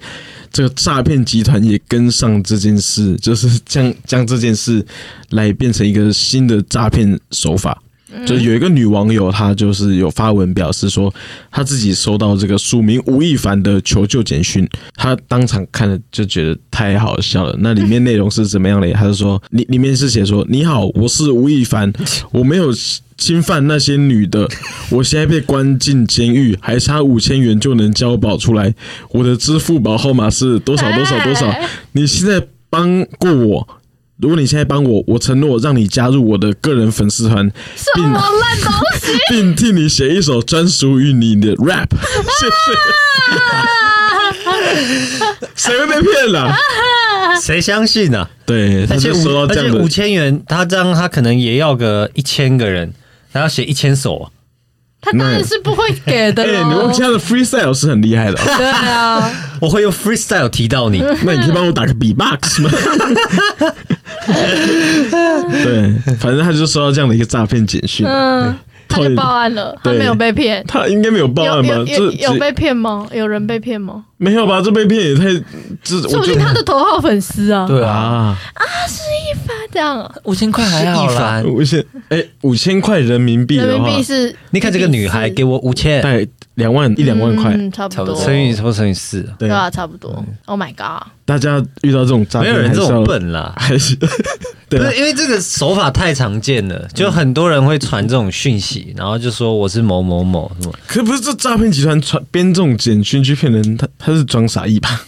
Speaker 3: 这个诈骗集团也跟上这件事，就是将将这件事来变成一个新的诈骗手法。就有一个女网友，她就是有发文表示说，她自己收到这个署名吴亦凡的求救简讯，她当场看了就觉得太好笑了。那里面内容是怎么样嘞？她就说，里里面是写说：“你好，我是吴亦凡，我没有侵犯那些女的，我现在被关进监狱，还差五千元就能交保出来。我的支付宝号码是多少多少多少
Speaker 4: 哎？
Speaker 3: 你现在帮过我。”如果你现在帮我，我承诺让你加入我的个人粉丝团，
Speaker 4: 什
Speaker 3: 并
Speaker 4: 么烂东西
Speaker 3: [LAUGHS] 并替你写一首专属于你的 rap。谢谢。谁会被骗
Speaker 4: [LAUGHS]
Speaker 3: 啦？
Speaker 2: 谁相信啊？
Speaker 3: 对，他
Speaker 2: 而且
Speaker 3: 就
Speaker 2: 五
Speaker 3: 收到
Speaker 2: 而
Speaker 3: 这
Speaker 2: 且
Speaker 3: 样
Speaker 2: 五
Speaker 3: 的，
Speaker 2: 千元，他这样他可能也要个一千个人，他要写一千首啊。
Speaker 4: 他当然是不会给的
Speaker 3: [LAUGHS] 哎，
Speaker 4: 喽。
Speaker 3: 你忘记他的 freestyle 是很厉害的
Speaker 4: [LAUGHS]
Speaker 3: 哦，
Speaker 4: 对啊，
Speaker 2: 我会用 freestyle 提到你，
Speaker 3: 那你可以帮我打个 B-box 吗？ [LAUGHS] 对，反正他就收到这样的一个诈骗简讯，
Speaker 4: 嗯，他
Speaker 3: 对
Speaker 4: 就报案了，他
Speaker 3: 对
Speaker 4: 没有被骗。
Speaker 3: 他应该没有报
Speaker 4: 有
Speaker 3: 案吧
Speaker 4: 有？
Speaker 3: 这
Speaker 4: 有有
Speaker 3: 这
Speaker 4: 被骗吗？有人被骗吗？
Speaker 3: 没有吧？这被骗也太这，
Speaker 4: 说
Speaker 3: 我
Speaker 4: 不
Speaker 3: 觉
Speaker 4: 定
Speaker 3: 得
Speaker 4: 他的头号粉丝啊，
Speaker 1: 对啊，
Speaker 3: 啊，
Speaker 4: 他这样啊
Speaker 1: 五千块还好啦，
Speaker 3: 五千哎，五千块人民币
Speaker 4: 人
Speaker 3: 的
Speaker 4: 民
Speaker 3: 话，
Speaker 4: 币是，
Speaker 2: 你看这个女孩给
Speaker 4: 我
Speaker 2: 我五千，
Speaker 3: 带两万一两万块，
Speaker 4: 嗯，差不
Speaker 1: 差不
Speaker 4: 多，
Speaker 1: 多
Speaker 2: 乘以什么乘以四啊，
Speaker 3: 对
Speaker 4: 对，啊，差不多。Oh my god！
Speaker 3: 大家遇到这种诈
Speaker 2: 没
Speaker 3: 骗，
Speaker 2: 有人
Speaker 4: 啊
Speaker 2: 这
Speaker 3: 还是
Speaker 2: 种
Speaker 3: 要，
Speaker 2: 笨啦。
Speaker 3: 还是对
Speaker 2: 不
Speaker 3: 啊
Speaker 2: 是因为这个手法太常见了，
Speaker 4: 嗯
Speaker 2: 就很多人会传这种讯息，然后就说我是某某某什么，
Speaker 3: [LAUGHS] 可不是这诈骗集团传编这种简讯去骗人，他他是装傻一吧？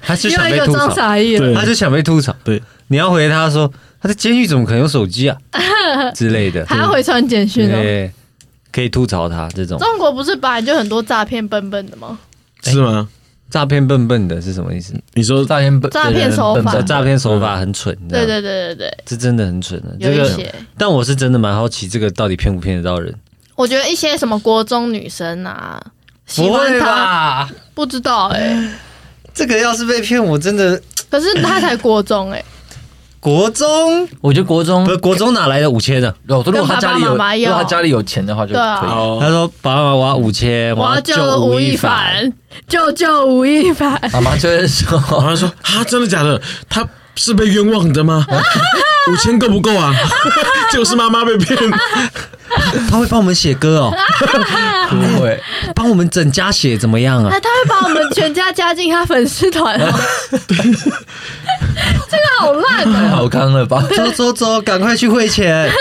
Speaker 2: 他就
Speaker 4: 又
Speaker 2: 想
Speaker 4: 一
Speaker 2: 被
Speaker 4: 个
Speaker 2: 吐
Speaker 4: 装
Speaker 2: 槽，
Speaker 4: 傻眼，
Speaker 3: 对
Speaker 2: 他就想被吐槽。
Speaker 3: 对，
Speaker 2: 你要回他说他在监狱怎么可能有手机啊
Speaker 4: [LAUGHS]
Speaker 2: 之类的，
Speaker 4: 还要回传简讯哦。
Speaker 2: 对，可以吐槽他这种
Speaker 4: 中国不是本来就很多诈骗笨笨的吗？
Speaker 3: 是吗？
Speaker 2: 诈骗笨笨的是什么意思？
Speaker 3: 你说
Speaker 1: 诈骗
Speaker 4: 诈骗手法
Speaker 2: 诈骗手法很蠢，这
Speaker 4: 对啊
Speaker 2: 样
Speaker 4: 对对对对，
Speaker 2: 这真的很蠢的。
Speaker 4: 有
Speaker 2: 这
Speaker 4: 一
Speaker 2: 个，
Speaker 4: 些，
Speaker 2: 但我是真的蛮好奇，这个到底骗不骗得到人？
Speaker 4: 我觉得一些什么国中女生啊，喜
Speaker 2: 不
Speaker 4: 欢
Speaker 2: 会
Speaker 4: 他，
Speaker 2: 吧？
Speaker 4: 不知道哎，
Speaker 2: 这个要是被骗，我真的
Speaker 4: 可是他才国中 [LAUGHS] 哎，
Speaker 2: 国中
Speaker 4: 嗯
Speaker 1: 我觉得国中
Speaker 2: 不，是国中哪来的五千啊？
Speaker 1: 如果他家里有，
Speaker 4: 跟爸爸妈妈要
Speaker 1: 如果他家里有钱的话就
Speaker 4: 对啊
Speaker 1: 可以。
Speaker 2: 他说：“爸爸，我要五千，
Speaker 4: 我要
Speaker 2: 要
Speaker 4: 救
Speaker 2: 吴
Speaker 4: 吴
Speaker 2: 亦
Speaker 4: 亦
Speaker 2: 凡。
Speaker 4: 凡，啊救救吴亦凡，
Speaker 1: 妈妈就会说，哦
Speaker 3: 然后他说啊，真的假的？他是被冤枉
Speaker 2: [LAUGHS]
Speaker 3: 的吗？五千够不够啊？ [LAUGHS] 就是妈妈被骗，
Speaker 2: 他会帮我们写歌
Speaker 4: [LAUGHS]
Speaker 2: 哦，
Speaker 1: 不会，
Speaker 2: 帮我们整家写怎么样啊
Speaker 4: [LAUGHS] 那？他会把我们全家加进他粉丝团 [LAUGHS] 哦，这个好烂
Speaker 1: 太
Speaker 4: 哦，
Speaker 1: 好看了吧？
Speaker 2: 走走走，赶快去汇钱。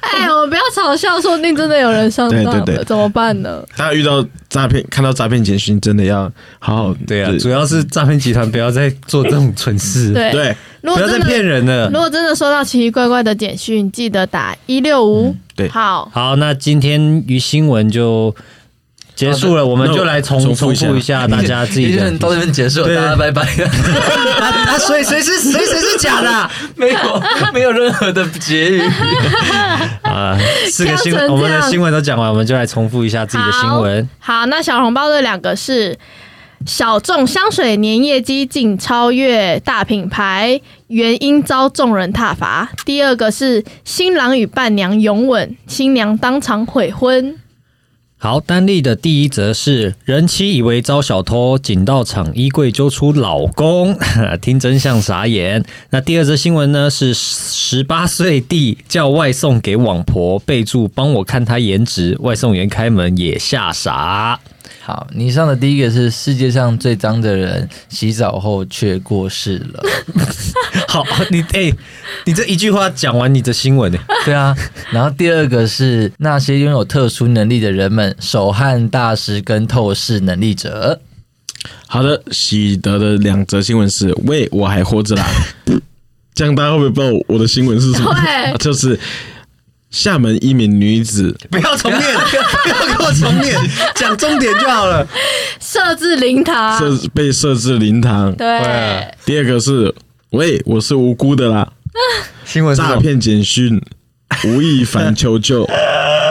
Speaker 4: 哎，我们不要嘲笑，说不定真的有人上
Speaker 3: 对
Speaker 4: 当
Speaker 3: 对
Speaker 4: 了，
Speaker 3: 对
Speaker 4: 怎么办呢？
Speaker 3: 大家遇到诈骗，看到诈骗简讯，真的要好好
Speaker 2: 对啊，主要是诈骗集团不要再做这种蠢事，
Speaker 4: 对
Speaker 3: 对
Speaker 4: 如
Speaker 2: 不
Speaker 4: 果
Speaker 2: 要再
Speaker 4: 真
Speaker 2: 骗
Speaker 4: 的，
Speaker 2: 人了
Speaker 4: 如。果真的收到奇奇怪怪的简讯，记得打一六五。
Speaker 3: 对
Speaker 2: 嗯
Speaker 4: 好，
Speaker 2: 好，那今天于新闻就结束了，我们就来重
Speaker 3: 重
Speaker 2: 重
Speaker 3: 复一下
Speaker 2: 复一下大家自己
Speaker 1: 一
Speaker 2: 的
Speaker 1: 人。到这边结束，
Speaker 2: 对
Speaker 1: 大家拜拜。 [LAUGHS]
Speaker 2: 啊 [LAUGHS] 啊，所以谁是谁谁是假的啊
Speaker 1: 没有，没有任何的结语。
Speaker 2: 啊？ [LAUGHS] 四个新
Speaker 4: 笑成这样
Speaker 2: 我们的新闻都讲完，我们就来重复一下自己的新闻。
Speaker 4: 好，那小红包的两个是小众香水年业绩竟超越大品牌，原因遭众人挞伐；第二个是新郎与伴娘拥吻，新娘当场悔婚。
Speaker 2: 好，单例的第一则是人妻以为遭小偷，警到场衣柜揪出老公， [LAUGHS] 听真相傻眼。那第二则新闻呢是十八岁弟叫外送给网婆，备注帮我看她颜值，外送员开门也吓傻。
Speaker 1: 好，你上的第一个是世界上最脏的人，洗澡后却过世了。
Speaker 2: 好，你哎、你这一句话讲完你的新闻呢、哎
Speaker 1: [LAUGHS] 对啊，然后第二个是那些拥有特殊能力的人们，手汗大师跟透视能力者。
Speaker 3: 好的，喜得的两则新闻是：喂，我还活 [LAUGHS] 着啦！这样大家会不会不知道我的新闻是什 [LAUGHS] 么？啊
Speaker 4: 对
Speaker 3: 就是厦门一名女子
Speaker 2: 不要重念，不要给我重念，讲重点就好了。
Speaker 4: 设置灵堂，
Speaker 3: 设被设置灵堂。
Speaker 4: 啊
Speaker 2: 啊
Speaker 4: 对，
Speaker 3: 第二个是：喂，我是无辜的啦！
Speaker 2: 新闻是什
Speaker 3: 诈
Speaker 2: 么
Speaker 3: 骗简 [LAUGHS] 讯，吴亦凡求救。
Speaker 2: 啊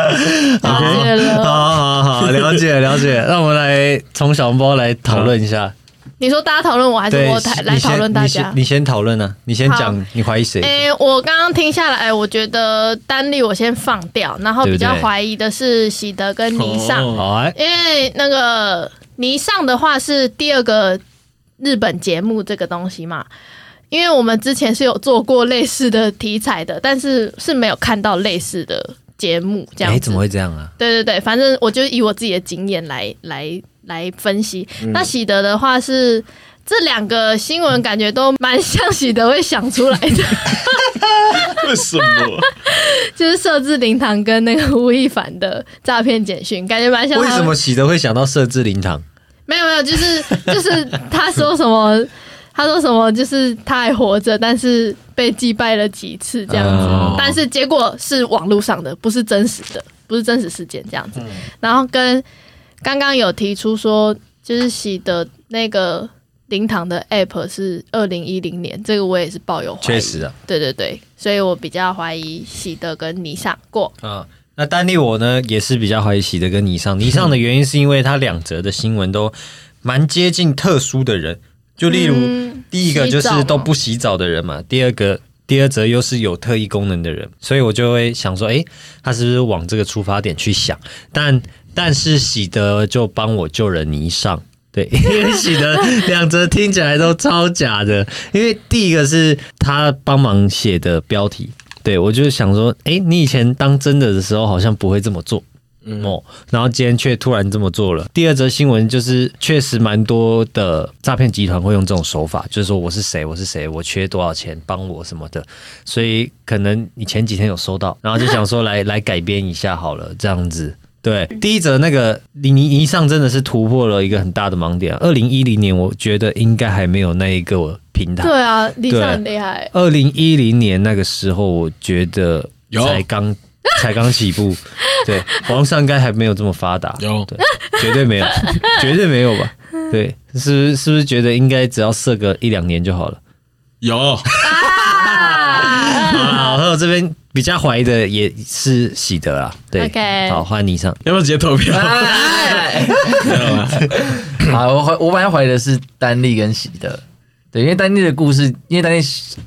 Speaker 4: 了解了。
Speaker 2: 好好好，了解了解。那我们来从小红包来讨论一下，
Speaker 4: 你说大家讨论我，还是
Speaker 2: 对，
Speaker 4: 我来
Speaker 2: 你
Speaker 4: 来
Speaker 2: 先
Speaker 4: 讨论大
Speaker 2: 你
Speaker 4: 家
Speaker 2: 先？你先讨论啊，你先讲
Speaker 4: 好哎
Speaker 2: 你怀疑谁？
Speaker 4: 诶、我刚刚听下来，我觉得单例我先放掉，然后
Speaker 2: 对不
Speaker 4: 比较
Speaker 2: 对
Speaker 4: 怀疑的是喜德跟尼尚，
Speaker 2: 好哎，
Speaker 4: 因为那个尼尚的话是第二个日本节目这个东西嘛。因为我们之前是有做过类似的题材的，但是是没有看到类似的节目这样
Speaker 2: 哎，
Speaker 4: 子。
Speaker 2: 怎么会这样啊？
Speaker 4: 对对对，反正我就以我自己的经验来来来分析。
Speaker 2: 嗯
Speaker 4: 那喜德的话是这两个新闻，感觉都蛮像喜德会想出来的， [LAUGHS]
Speaker 3: 为什么？
Speaker 4: 就是设置灵堂跟那个吴亦凡的诈骗简讯，感觉蛮像他。
Speaker 2: 为什么喜德会想到设置灵堂？
Speaker 4: 没有没有，就是 [LAUGHS] 就是他说什么，他说什么，就是他还活着，但是被祭拜了几次这样子，
Speaker 2: 哦
Speaker 4: 但是结果是网络上的，不是真实的，不是真实事件这样子。然后跟刚刚有提出说，就是喜的那个灵堂的 app 是二零一零年，这个我也是抱有怀疑。
Speaker 2: 确实啊，
Speaker 4: 对对对，所以我比较怀疑喜的跟尼桑过。
Speaker 2: 啊。那丹利我呢也是比较怀疑喜的跟尼尚，尼尚的原因是因为他两则的新闻都蛮接近特殊的人，就例如、
Speaker 4: 嗯
Speaker 2: 第一个就
Speaker 4: 洗澡
Speaker 2: 是
Speaker 4: 吗
Speaker 2: 都不洗澡的人嘛，第二个第二则又是有特异功能的人，所以我就会想说，诶、他是不是往这个出发点去想？但但是喜德就帮我救了霓裳。对， [LAUGHS] 因为喜德两则听起来都超假的，因为第一个是他帮忙写的标题，对我就想说，诶、你以前当真的的时候好像不会这么做，哦，然后今天却突然这么做了。第二则新闻就是，确实蛮多的诈骗集团会用这种手法，就是说我是谁，我是谁，我缺多少钱，帮我什么的。所以可能你前几天有收到，然后就想说来 [LAUGHS] 来改编一下好了，这样子。对，第一则那个你你一上真的是突破了一个很大的盲点、啊。二零一零年，我觉得应该还没有那一个平台。
Speaker 4: 对啊，尼桑很厉害。
Speaker 2: 二零一零年那个时候，我觉得
Speaker 3: 有
Speaker 2: 才刚 [LAUGHS] 才刚起步，对，网上应该还没有这么发达，
Speaker 3: 有
Speaker 2: 对，绝对 [LAUGHS] 没有，绝对没有吧？对，是不是是不是觉得应该只要设个一两年就好了？
Speaker 3: 有，
Speaker 2: 好啦，然后这边比较怀疑的也是喜德啦，对
Speaker 4: OK
Speaker 2: 好，换你上，
Speaker 3: 要不要直接投票？
Speaker 4: 啊
Speaker 1: [LAUGHS] 好，我怀我本来怀疑的是丹利跟喜的，对，因为丹利的故事，因为丹利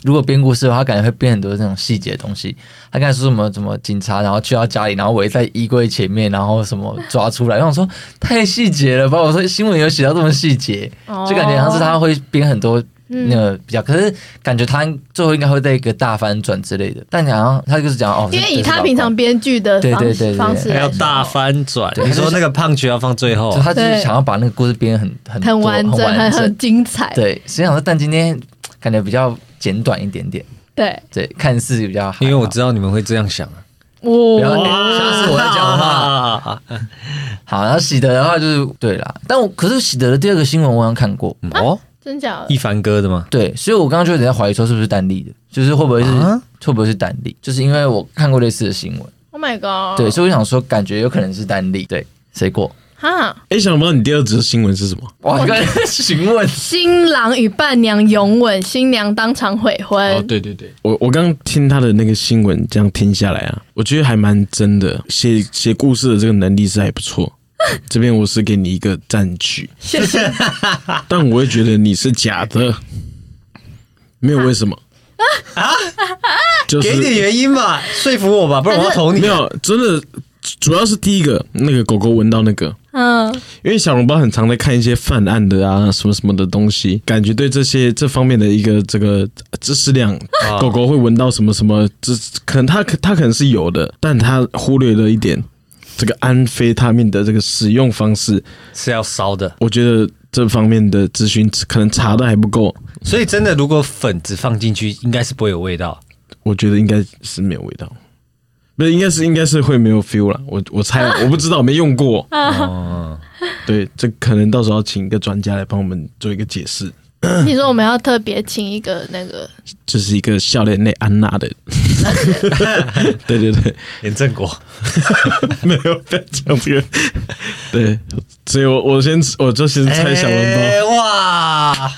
Speaker 1: 如果编故事的话，他感觉会编很多那种细节的东西。他刚才说什么什么警察，然后去到家里，然后围在衣柜前面，然后什么抓出来，然后我说太细节了吧？我说新闻有写到这么细节，
Speaker 4: 哦嗯
Speaker 1: 就感觉像是他会编很多。那个比较，可是感觉他最后应该会在一个大翻转之类的，但好像他就是讲哦，
Speaker 4: 因为
Speaker 1: 这
Speaker 4: 以
Speaker 1: 是
Speaker 4: 他
Speaker 1: 老
Speaker 4: 平
Speaker 1: 公
Speaker 4: 常编剧的
Speaker 1: 对
Speaker 4: 方
Speaker 1: 对对对
Speaker 4: 方式
Speaker 1: 对
Speaker 2: 还
Speaker 4: 来
Speaker 2: 要
Speaker 4: 说，
Speaker 2: 大翻转，你说那个胖橘要放最后
Speaker 1: 就
Speaker 2: 啊，
Speaker 1: 他就是
Speaker 4: 对
Speaker 1: 想要把那个故事编得很很
Speaker 4: 很
Speaker 1: 多
Speaker 4: 完整，
Speaker 1: 很完
Speaker 4: 很
Speaker 1: 整
Speaker 4: 很，精彩。
Speaker 1: 对，实际上说，但今天感觉比较简短一点点，
Speaker 4: 对，
Speaker 1: 对，看似比较还好，
Speaker 2: 因为我知道你们会这样 [LAUGHS] 想啊。
Speaker 1: 不要
Speaker 4: 我
Speaker 1: 欸下次我再讲
Speaker 2: [LAUGHS]
Speaker 1: 话。
Speaker 2: 话，
Speaker 1: 好，然后喜德的话就是对啦，但我可是喜德的第二个新闻我好像看过，
Speaker 2: 嗯哦，
Speaker 4: 真假的？
Speaker 2: 一凡哥的吗？
Speaker 1: 对，所以我刚刚就有点在怀疑说是不是单立的，就是会不会是、
Speaker 2: 啊
Speaker 1: 会不会是单立，就是因为我看过类似的新闻，
Speaker 4: Oh my god！
Speaker 1: 对，所以我想说感觉有可能是单立，对，谁过？
Speaker 4: 哈，
Speaker 3: 哎，想不到你第二则新闻是什么？
Speaker 1: 哇，
Speaker 4: [LAUGHS]
Speaker 1: 你刚才询问，
Speaker 4: 新郎与伴娘拥吻，新娘当场悔婚。
Speaker 3: 哦，对对对，我我刚听他的那个新闻，这样听下来啊，我觉得还蛮真的，写写故事的这个能力是还不错。 [LAUGHS] 这边我是给你一个赞许，
Speaker 4: 谢谢。
Speaker 3: 但我会觉得你是假的，没有为
Speaker 2: [LAUGHS]
Speaker 3: 什么啊，就是
Speaker 2: 给点原因吧，说服我吧，不然我要投你
Speaker 3: 没。有真的，主要是第一个那个狗狗闻到那个，
Speaker 4: 嗯，
Speaker 3: 因为小笼包很常在看一些犯案的啊，什么什么的东西，感觉对这些这方面的一个这个知识量，
Speaker 2: 啊
Speaker 3: 狗狗会闻到什么什么，这可能它可它可能是有的，但它忽略了一点，这个安非他命的这个使用方式，
Speaker 2: 是要烧的，
Speaker 3: 我觉得这方面的咨询可能查的还不够，
Speaker 2: 所以真的，如果粉只放进去，应该是不会有味道。
Speaker 3: 我觉得应该是没有味道，不是应该是应该是会没有 feel 了，我我猜啊我不知道没用过，
Speaker 2: 哦，
Speaker 3: 对，这可能到时候要请一个专家来帮我们做一个解释，
Speaker 4: 你说我们要特别请一个那个，
Speaker 3: 这是一个笑脸内安娜 [LAUGHS] 的，对对对，
Speaker 2: 严正国，
Speaker 3: 没有不要讲这个，对，所以我我先我就先猜小笼包，
Speaker 2: [LAUGHS] 哎哇，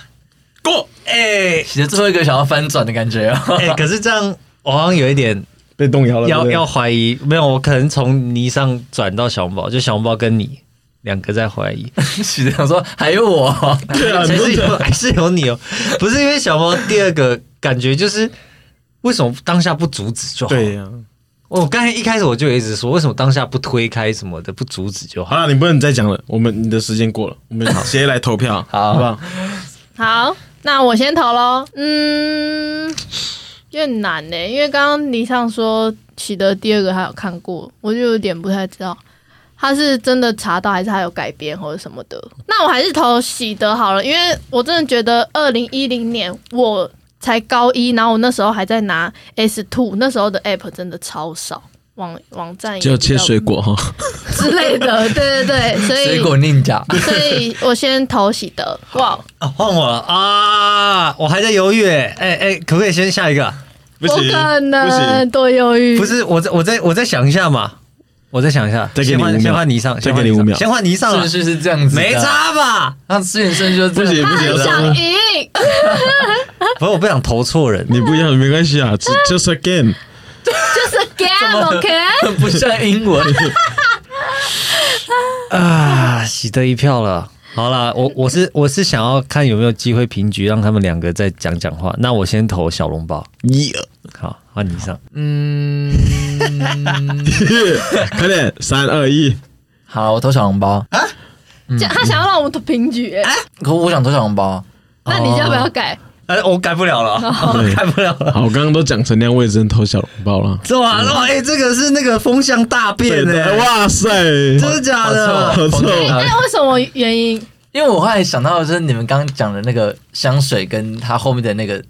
Speaker 3: 过
Speaker 2: 哎
Speaker 1: 喜德最后一个想要翻转的感觉哦，
Speaker 3: [LAUGHS]
Speaker 2: 哎，可是这样我好像有一点
Speaker 3: 被动摇了，对
Speaker 2: 要
Speaker 3: 不对
Speaker 2: 要怀疑，没有，我可能从泥上转到小红包，就小红包跟你两个在怀疑，
Speaker 1: [LAUGHS] 喜德想说还有我，
Speaker 3: 对
Speaker 2: [LAUGHS]
Speaker 3: 啊，
Speaker 2: 还
Speaker 3: 你都
Speaker 2: 是
Speaker 3: 讲
Speaker 2: 有还是有你哦，不是因为小红包第二个感觉就是。为什么当下不阻止就好？
Speaker 3: 对啊呀、
Speaker 2: 我刚才一开始我就有一直说，为什么当下不推开什么的，不阻止就好
Speaker 3: 好？了，你不能再讲了，我们你的时间过了，我们直接来投票，
Speaker 1: 好
Speaker 3: [LAUGHS] 好不哎好？
Speaker 4: 好，那我先投喽。嗯，有点难呢、因为刚刚李尚说喜德第二个他有看过，我就有点不太知道。他是真的查到，还是他有改编或者什么的？那我还是投喜德好了，因为我真的觉得二零一零年我才高一，然后我那时候还在拿 S two，那时候的 app 真的超少，网网站也
Speaker 3: 只有
Speaker 4: 比较
Speaker 3: 切水果哈，
Speaker 4: 之类的，对对对，所
Speaker 1: 水
Speaker 4: 以
Speaker 1: 果宁甲，
Speaker 4: 所以我先投喜德，哇，
Speaker 2: 啊，换我了啊！我还在犹豫欸，哎、哎、可不可以先下一个啊？
Speaker 3: 不
Speaker 4: 不可能，多忧郁，
Speaker 3: 嗯
Speaker 2: 不是，我再我再我再想一下嘛。我再想一下，
Speaker 3: 再给你
Speaker 2: 先
Speaker 3: 五
Speaker 2: 换
Speaker 3: 秒
Speaker 2: 先换你上，
Speaker 3: 再给你五秒
Speaker 2: 先换你上
Speaker 1: 顺
Speaker 2: 了，
Speaker 1: 序是这样子的，
Speaker 2: 没差吧？
Speaker 1: 他之前顺序就是这样
Speaker 3: 不行不行
Speaker 4: 很想赢，
Speaker 2: 不是，我不想投错人。
Speaker 3: 你不要没关系啊， [LAUGHS] 只 just a game。
Speaker 4: 就是 game，OK？、
Speaker 1: [LAUGHS] 不像英文。
Speaker 2: 啊，喜得一票了。好啦，我我是我是想要看有没有机会平局，让他们两个再讲讲话。那我先投小笼包。好，换你上。
Speaker 1: 嗯，
Speaker 3: [LAUGHS] 快点，三二一，
Speaker 1: 好，我投小笼包。
Speaker 2: 嗯
Speaker 4: 就他想要让我们平局、
Speaker 2: 啊
Speaker 4: 欸
Speaker 1: 可我想投小笼包，
Speaker 4: 那你要不要改？
Speaker 3: 哎
Speaker 2: 呃，我改不了了， [LAUGHS] 我改不了了。
Speaker 3: 好，我刚刚都讲成那样，我也只能投小笼包了。
Speaker 2: 这完了，哎、这个是那个风向大变欸呢、
Speaker 3: 对哇塞，
Speaker 2: 真的假
Speaker 1: 好
Speaker 2: 的？
Speaker 3: 好臭
Speaker 4: 哎、
Speaker 3: 啊！
Speaker 4: 那为什么原因？
Speaker 1: 因为我后来想到的就是你们刚刚讲的那个香水跟它后面的那个，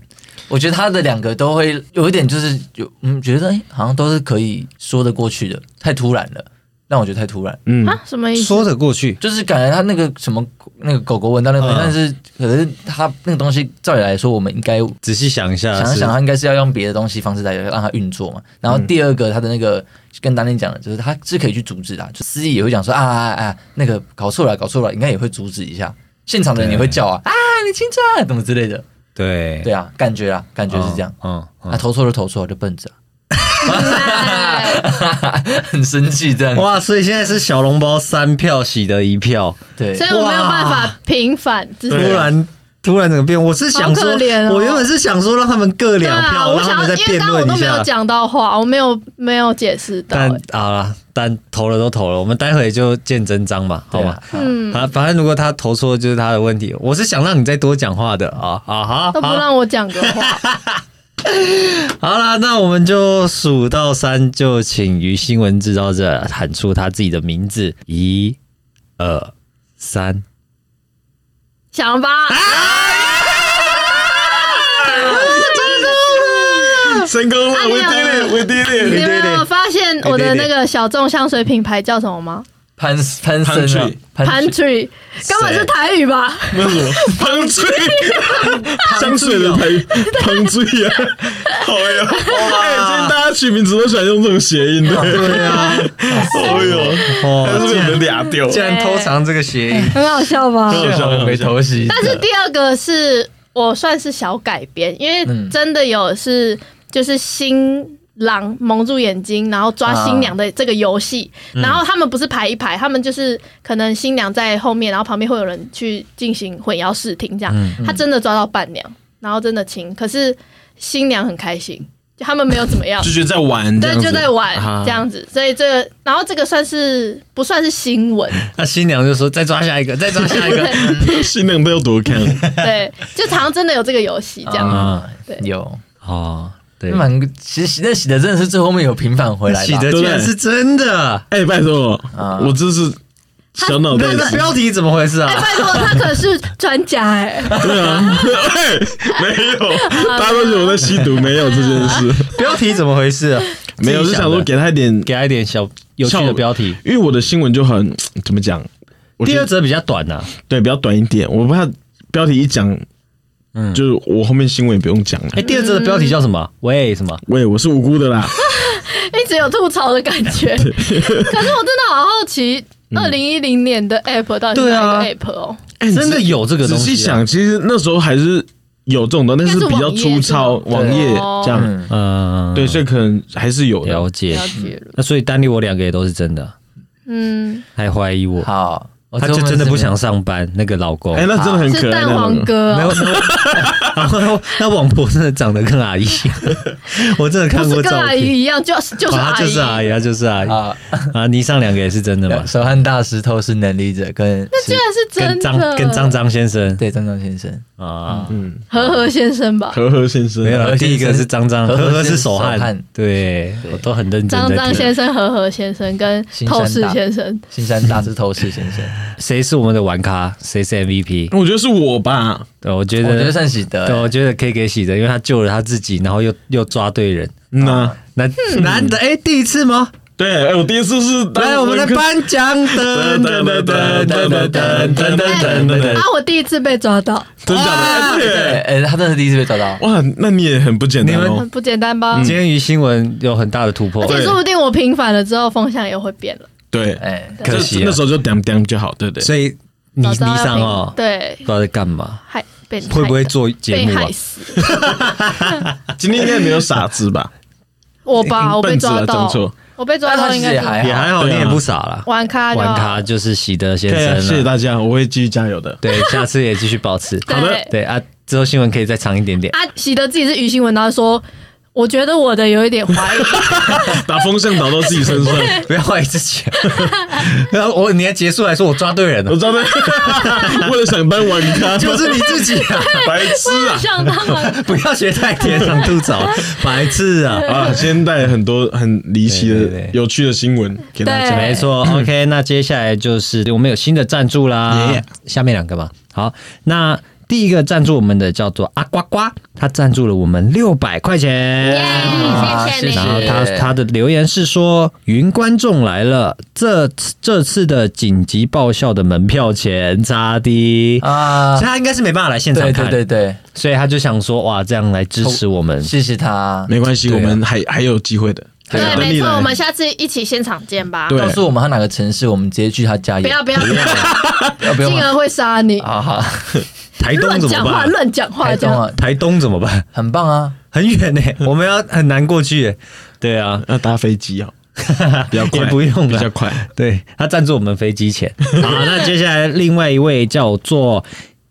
Speaker 1: 我觉得它的两个都会有一点就是有嗯觉得哎、诶好像都是可以说得过去的，太突然了，让我觉得太突然。
Speaker 3: 嗯，
Speaker 4: 啊，什么意思？
Speaker 2: 说得过去，
Speaker 1: 就是感觉它那个什么那个狗狗闻到那个东西，
Speaker 2: 嗯
Speaker 1: 但是可是它那个东西照理来说，我们应该
Speaker 2: 仔细想一下
Speaker 1: 想一
Speaker 2: 呃是嗯
Speaker 1: 想，它应该是要用别的东西方式来让它运作嘛。然后第二个，它的那个跟丹尼讲的，就是它是可以去阻止的啊，就司仪也会讲说啊啊啊啊，那个搞错了，搞错了，应该也会阻止一下。现场的人也会叫啊啊，你听着，怎么之类的。
Speaker 2: 对
Speaker 1: 对啊，感觉啊，感觉是这样。，
Speaker 2: 嗯嗯
Speaker 1: 啊，投错就投错，就笨着， [LAUGHS]
Speaker 4: 哎
Speaker 1: 很生气这样。
Speaker 2: 哇，所以现在是小笼包三票喜得一票，
Speaker 1: 对，
Speaker 4: 所以我没有办
Speaker 2: 哇
Speaker 4: 法平反，只
Speaker 2: 突
Speaker 4: 是
Speaker 2: 然突然怎么变？我是想说，
Speaker 4: 好可怜哦
Speaker 2: 我原本是想说让他们各
Speaker 4: 对
Speaker 2: 两
Speaker 4: 啊，
Speaker 2: 票，
Speaker 4: 我
Speaker 2: 让他
Speaker 4: 想
Speaker 2: 们再
Speaker 4: 因为
Speaker 2: 辩
Speaker 4: 刚刚我
Speaker 2: 论
Speaker 4: 都
Speaker 2: 一
Speaker 4: 没有
Speaker 2: 下。
Speaker 4: 讲到话，我没有没有解释到、
Speaker 2: 但
Speaker 4: 欸
Speaker 2: 好了，但投了都投了，我们待会就见真章嘛，好
Speaker 1: 对
Speaker 2: 吗
Speaker 1: 啊？，
Speaker 4: 嗯，
Speaker 2: 啊，反正如果他投错就是他的问题。我是想让你再多讲话的啊，啊好，
Speaker 4: 都不
Speaker 2: 好，
Speaker 4: 让我讲个
Speaker 2: 啊
Speaker 4: 话，
Speaker 2: 好啦，那我们就数到三，就请于新闻制造者喊出他自己的名字，一、二、三。
Speaker 4: 想吧。
Speaker 2: 啊
Speaker 3: 成功了，
Speaker 4: 啊
Speaker 3: 我
Speaker 4: 你
Speaker 3: 第
Speaker 4: 有
Speaker 3: 一我
Speaker 4: 你
Speaker 3: 第一
Speaker 4: 们有发现我
Speaker 2: 哎
Speaker 4: 的那个小众香水品牌叫什么吗
Speaker 1: 潘潘森啊
Speaker 3: Pantry，
Speaker 4: ？Pantry，根本是台语吧？
Speaker 3: 那什么糖醉，香水的牌糖醉啊！好呀，哎，今天大家取名字都喜欢用这种谐音的，
Speaker 2: 对啊，
Speaker 3: 哎呦，但
Speaker 2: 哦，
Speaker 3: 是被我们俩掉，
Speaker 2: 竟然偷藏这个谐音，
Speaker 4: 很好笑吧？
Speaker 3: 好笑
Speaker 1: 我没头洗。
Speaker 4: 但是第二个是我算是小改编，因为
Speaker 1: 嗯
Speaker 4: 真的有是就是新郎蒙住眼睛，然后抓新娘的这个游戏，
Speaker 3: 嗯
Speaker 4: 然后他们不是排一排，他们就是可能新娘在后面，然后旁边会有人去进行混淆视听这样，
Speaker 3: 嗯
Speaker 4: 他真的抓到伴娘，然后真的亲，可是新娘很开心，就他们没有怎么样
Speaker 3: 就。觉得在玩，这
Speaker 4: 对，
Speaker 3: 样子
Speaker 4: 就在玩
Speaker 2: 啊
Speaker 4: 这样子，所以这个，然后这个算是不算是新闻？
Speaker 2: 那新娘就说再抓下一个，再抓下一个。
Speaker 3: 新娘都要多看，
Speaker 4: 对，就常常真的有这个游戏这样。
Speaker 1: 啊
Speaker 4: 对，
Speaker 1: 有
Speaker 2: [LAUGHS] 哦，嗯对，
Speaker 1: 蛮其实喜那喜的真的是最后面有平反回来吧，
Speaker 2: 喜的竟然是 [LAUGHS] 真的，
Speaker 3: 哎，拜托
Speaker 1: 啊，
Speaker 3: 我真是小脑袋
Speaker 2: 那个标题怎么回事
Speaker 3: [LAUGHS]
Speaker 4: 哎、
Speaker 2: 啊？
Speaker 4: 拜托，他可是专家哎、
Speaker 3: 对啊，哎，没有，大家都觉得我在吸毒，没有这件事，
Speaker 2: 标题怎么回事啊？
Speaker 3: 没有，
Speaker 2: 自己
Speaker 3: 就想
Speaker 2: 的
Speaker 3: 说给他一点，
Speaker 2: 给他一点小有趣的标题。
Speaker 3: 因为我的新闻就很怎么讲，我觉
Speaker 2: 第
Speaker 3: 得
Speaker 2: 二则比较短啊呐、
Speaker 3: 对，比较短一点，我怕标题一讲，
Speaker 2: 嗯
Speaker 3: 就是我后面新闻也不用讲了。
Speaker 2: 哎、第二则的标题叫什么？喂，什么？
Speaker 3: 喂，我是无辜的啦，
Speaker 4: 一直有吐槽的感
Speaker 2: [LAUGHS]
Speaker 4: 觉。可是我真的好好奇，二零一零年的 app 到底是
Speaker 2: 嗯对
Speaker 4: 哪
Speaker 2: 啊
Speaker 4: 一个 app 哦？
Speaker 3: 哎
Speaker 2: 真的有这个
Speaker 3: 仔
Speaker 2: 东西、啊？
Speaker 3: 细想，其实那时候还是有这种的，但是比较粗糙，
Speaker 1: 网
Speaker 3: 网
Speaker 1: 页
Speaker 3: 页
Speaker 4: 是吗
Speaker 3: 这样，
Speaker 1: 嗯，
Speaker 2: 嗯，
Speaker 3: 对，所以可能还是有的。
Speaker 2: 了解。
Speaker 4: 了解了，
Speaker 2: 那所以丹尼我两个也都是真的，
Speaker 4: 嗯，
Speaker 2: 还怀疑我，
Speaker 1: 好，我
Speaker 2: 他
Speaker 1: 最
Speaker 2: 就
Speaker 1: 后面
Speaker 2: 真的
Speaker 1: 是
Speaker 2: 不想上班。那个老公，
Speaker 3: 哎，那真的很
Speaker 4: 是
Speaker 3: 可爱
Speaker 4: 蛋
Speaker 3: 那
Speaker 4: 黄
Speaker 3: 种。
Speaker 4: 哥
Speaker 2: 没有
Speaker 4: 哦、
Speaker 2: 没有，然后 [LAUGHS] 那王婆真的长得跟阿姨一样，我真的看
Speaker 4: 不
Speaker 2: 过
Speaker 4: 是跟
Speaker 2: 照
Speaker 4: 阿
Speaker 2: 片。
Speaker 4: 姨一样，就是就是
Speaker 2: 啊，
Speaker 4: 阿
Speaker 2: 她
Speaker 4: 姨，
Speaker 2: 就是阿姨，她就是阿姨
Speaker 1: 啊，
Speaker 2: 啊！你上两个也是真的吗？
Speaker 1: 手汗大石头是能力者跟那
Speaker 4: 居然是真
Speaker 2: 跟张
Speaker 4: 的，
Speaker 2: 跟张张先生
Speaker 1: 对张张先生，
Speaker 2: 啊，
Speaker 3: 嗯，
Speaker 4: 和和先生吧。
Speaker 3: 和和先生
Speaker 2: 没有
Speaker 1: 和
Speaker 2: 啦，
Speaker 1: 和先
Speaker 2: 第
Speaker 1: 生
Speaker 2: 一个是张张，
Speaker 1: 和
Speaker 2: 呵
Speaker 1: 和
Speaker 2: 呵
Speaker 1: 先
Speaker 2: 是
Speaker 1: 生
Speaker 2: 手
Speaker 1: 手
Speaker 2: 汗
Speaker 1: 汗，
Speaker 2: 对
Speaker 1: 对
Speaker 2: 我都很认真
Speaker 4: 张
Speaker 2: 在
Speaker 4: 张
Speaker 2: 听。
Speaker 4: 先生、和和先生跟
Speaker 1: 新山大
Speaker 4: 透视先生，
Speaker 1: 新山大石头是先生，
Speaker 2: [LAUGHS] 谁是我们的玩咖？谁是 MVP？
Speaker 3: 我觉得是我吧，
Speaker 2: 对，我觉
Speaker 1: 我觉得
Speaker 2: 得，
Speaker 1: 算喜得
Speaker 2: 对，
Speaker 1: 欸，
Speaker 2: 我觉得可以给喜的，因为他救了他自己，然后又又抓对人，
Speaker 3: 嗯呐，
Speaker 2: 难难得哎，第一次吗？
Speaker 3: 对，哎，我第一次是
Speaker 2: 来，我们来颁奖，噔噔噔噔噔噔噔噔噔噔噔
Speaker 4: 啊，我第一次被抓到，
Speaker 3: 真假的？
Speaker 2: 啊
Speaker 3: 哎
Speaker 1: 对，
Speaker 3: 对耶，
Speaker 1: 哎、他真的是第一次被抓到。
Speaker 3: 哇，那你也很不简单
Speaker 2: 你
Speaker 3: 哦
Speaker 4: 很。不简单吧？
Speaker 2: 今天于新闻有很大的突破
Speaker 4: 而，且说不定我平反了之后，风向也会变了。
Speaker 3: 对，
Speaker 1: 哎、
Speaker 3: 就
Speaker 2: 可惜
Speaker 3: 那
Speaker 2: 啊
Speaker 3: 时。候就点点就好，对不对？
Speaker 2: 所以你
Speaker 4: 早
Speaker 2: 你
Speaker 4: 知道要
Speaker 2: 上
Speaker 4: 平
Speaker 2: 哦，
Speaker 4: 对
Speaker 2: 不，知道在干嘛，
Speaker 4: 害被你
Speaker 2: 会不会
Speaker 4: 害的
Speaker 2: 做节
Speaker 4: 被
Speaker 2: 目啊
Speaker 4: 害？死
Speaker 3: 今天应该没有傻子吧？
Speaker 4: 我
Speaker 2: [LAUGHS]
Speaker 4: 吧？我被
Speaker 3: 笨死
Speaker 4: 抓
Speaker 3: 了
Speaker 4: 到
Speaker 3: 讲错，
Speaker 4: 我被抓
Speaker 1: 但他
Speaker 4: 到
Speaker 1: 其
Speaker 4: 应
Speaker 1: 实
Speaker 4: 该
Speaker 1: 也
Speaker 4: 是
Speaker 1: 还
Speaker 2: 也
Speaker 1: 好，
Speaker 2: 还好，
Speaker 3: 对
Speaker 2: 你
Speaker 3: 啊
Speaker 2: 也不傻啦。
Speaker 4: 玩咖就好
Speaker 2: 玩咖就是喜德先
Speaker 3: [LAUGHS] 对啊，谢
Speaker 2: 生
Speaker 3: 谢
Speaker 2: 了，
Speaker 3: 大家，我会继续加油 [LAUGHS] 的。
Speaker 2: 对，下次也继续保持。
Speaker 4: [LAUGHS] 对
Speaker 3: 好的
Speaker 2: 对啊，之后新闻可以再长一点点。
Speaker 4: 啊，喜德自己是于新闻，然后说，我觉得我的有一点怀
Speaker 2: [LAUGHS]
Speaker 4: 疑，
Speaker 3: 把风向导到自己身上，
Speaker 2: 不要怀疑自己。 [LAUGHS] 然后我你还结束来说我抓对人
Speaker 3: 我
Speaker 2: 了， [LAUGHS]
Speaker 3: 知道 [LAUGHS] 的。为了想当玩咖，
Speaker 2: 就是你自己啊！ [LAUGHS]
Speaker 3: 白痴啊！
Speaker 4: 想当
Speaker 1: [LAUGHS]
Speaker 4: 然，
Speaker 2: 不要学太贴上吐槽， [LAUGHS] 白痴啊！
Speaker 3: 啊，先带很多很离奇
Speaker 2: 对对
Speaker 3: 的
Speaker 2: 对、
Speaker 3: 有趣的新闻给大家。
Speaker 4: 对
Speaker 2: 没错，OK，那接下来就是我们有新的赞助啦
Speaker 3: Yeah
Speaker 2: 下面两个吧。好，那第一个赞助我们的叫做阿呱呱，他赞助了我们六百块钱。
Speaker 1: 啊
Speaker 4: 谢谢你
Speaker 2: 然后
Speaker 1: 谢
Speaker 2: 他他的留言是说：“云观众来了，这这次的紧急爆笑的门票钱差低，
Speaker 1: 啊
Speaker 2: 所以，他应该是没办法来现场
Speaker 1: 对
Speaker 2: 看，
Speaker 1: 对对对，
Speaker 2: 所以他就想说哇，这样来支持我们，
Speaker 1: 谢谢他，
Speaker 3: 没关系，
Speaker 2: 对啊
Speaker 3: 我们还还有机会的。
Speaker 4: 对，
Speaker 3: 等
Speaker 4: 没
Speaker 3: 你
Speaker 4: 错，
Speaker 3: 来
Speaker 4: 我们下次一起现场见吧。
Speaker 3: 对
Speaker 1: 告诉我们他哪个城市，我们直接去他家
Speaker 4: 不
Speaker 1: 演，
Speaker 4: 要不要，不要
Speaker 1: 要不用
Speaker 4: 静
Speaker 1: 吗
Speaker 4: 儿会杀你，
Speaker 1: 啊好，
Speaker 2: 台
Speaker 4: 乱
Speaker 2: 东怎
Speaker 4: 讲
Speaker 2: 么
Speaker 4: 话，
Speaker 2: 办？
Speaker 4: 乱讲话，
Speaker 1: 台
Speaker 4: 这
Speaker 1: 中
Speaker 4: 样
Speaker 1: 啊，
Speaker 2: 台东怎么办？ [LAUGHS]
Speaker 1: 很棒啊，
Speaker 2: 很远
Speaker 4: [LAUGHS]
Speaker 2: 呢、我们要很难过去耶、对 [LAUGHS] 啊，
Speaker 3: 要搭飞机哦，比 [LAUGHS] 较快，
Speaker 2: 也不用了
Speaker 3: 比较快。
Speaker 2: 对他赞助我们飞机钱。好，那接下来另外一位叫做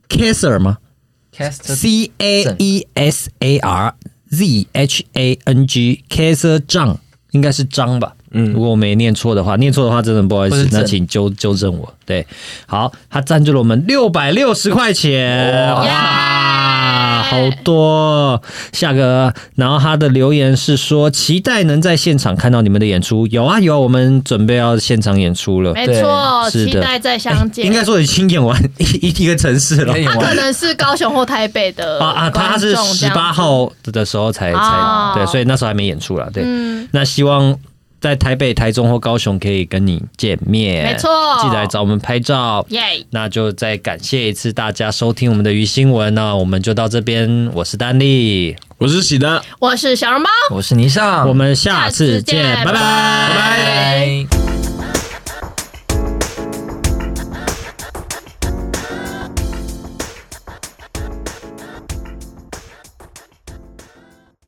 Speaker 2: Kesser 吗 [LAUGHS]
Speaker 1: cast
Speaker 2: ？C A E S A R Z H A N G Kesser 张应该是张吧？嗯，如果我没念错的话，念错的话真的不好意
Speaker 1: 或
Speaker 2: 思
Speaker 1: 是，郑
Speaker 2: 那请纠纠正我。对，好，他赞助了我们六百六十块钱，
Speaker 1: 哇
Speaker 2: 哇，好多！下个，然后他的留言是说，期待能在现场看到你们的演出。有啊有啊，我们准备要现场演出了，
Speaker 4: 没错，
Speaker 2: 是的
Speaker 4: 期待再相见。
Speaker 2: 哎应该说已经演完一一一个城市了
Speaker 1: 可以
Speaker 4: 他可
Speaker 1: 玩，
Speaker 4: 能是高雄或台北的
Speaker 2: 啊啊！他是
Speaker 4: 呃观众这
Speaker 2: 十
Speaker 4: 样子
Speaker 2: 八，号的时候才
Speaker 4: 哦
Speaker 2: 才对，所以那时候还没演出啦。对，
Speaker 4: 嗯，
Speaker 2: 那希望在台北、台中或高雄可以跟你见面，
Speaker 4: 没错
Speaker 2: 记得来找我们拍照。
Speaker 4: 耶，
Speaker 2: 那就再感谢一次大家收听我们的鱼新闻，那我们就到这边，我是丹丽，
Speaker 3: 我是喜丹，
Speaker 4: 我是小笼包。
Speaker 1: 我是霓裳，
Speaker 2: 我们下次
Speaker 4: 下次见
Speaker 2: 见，拜拜
Speaker 4: 拜拜
Speaker 1: 拜。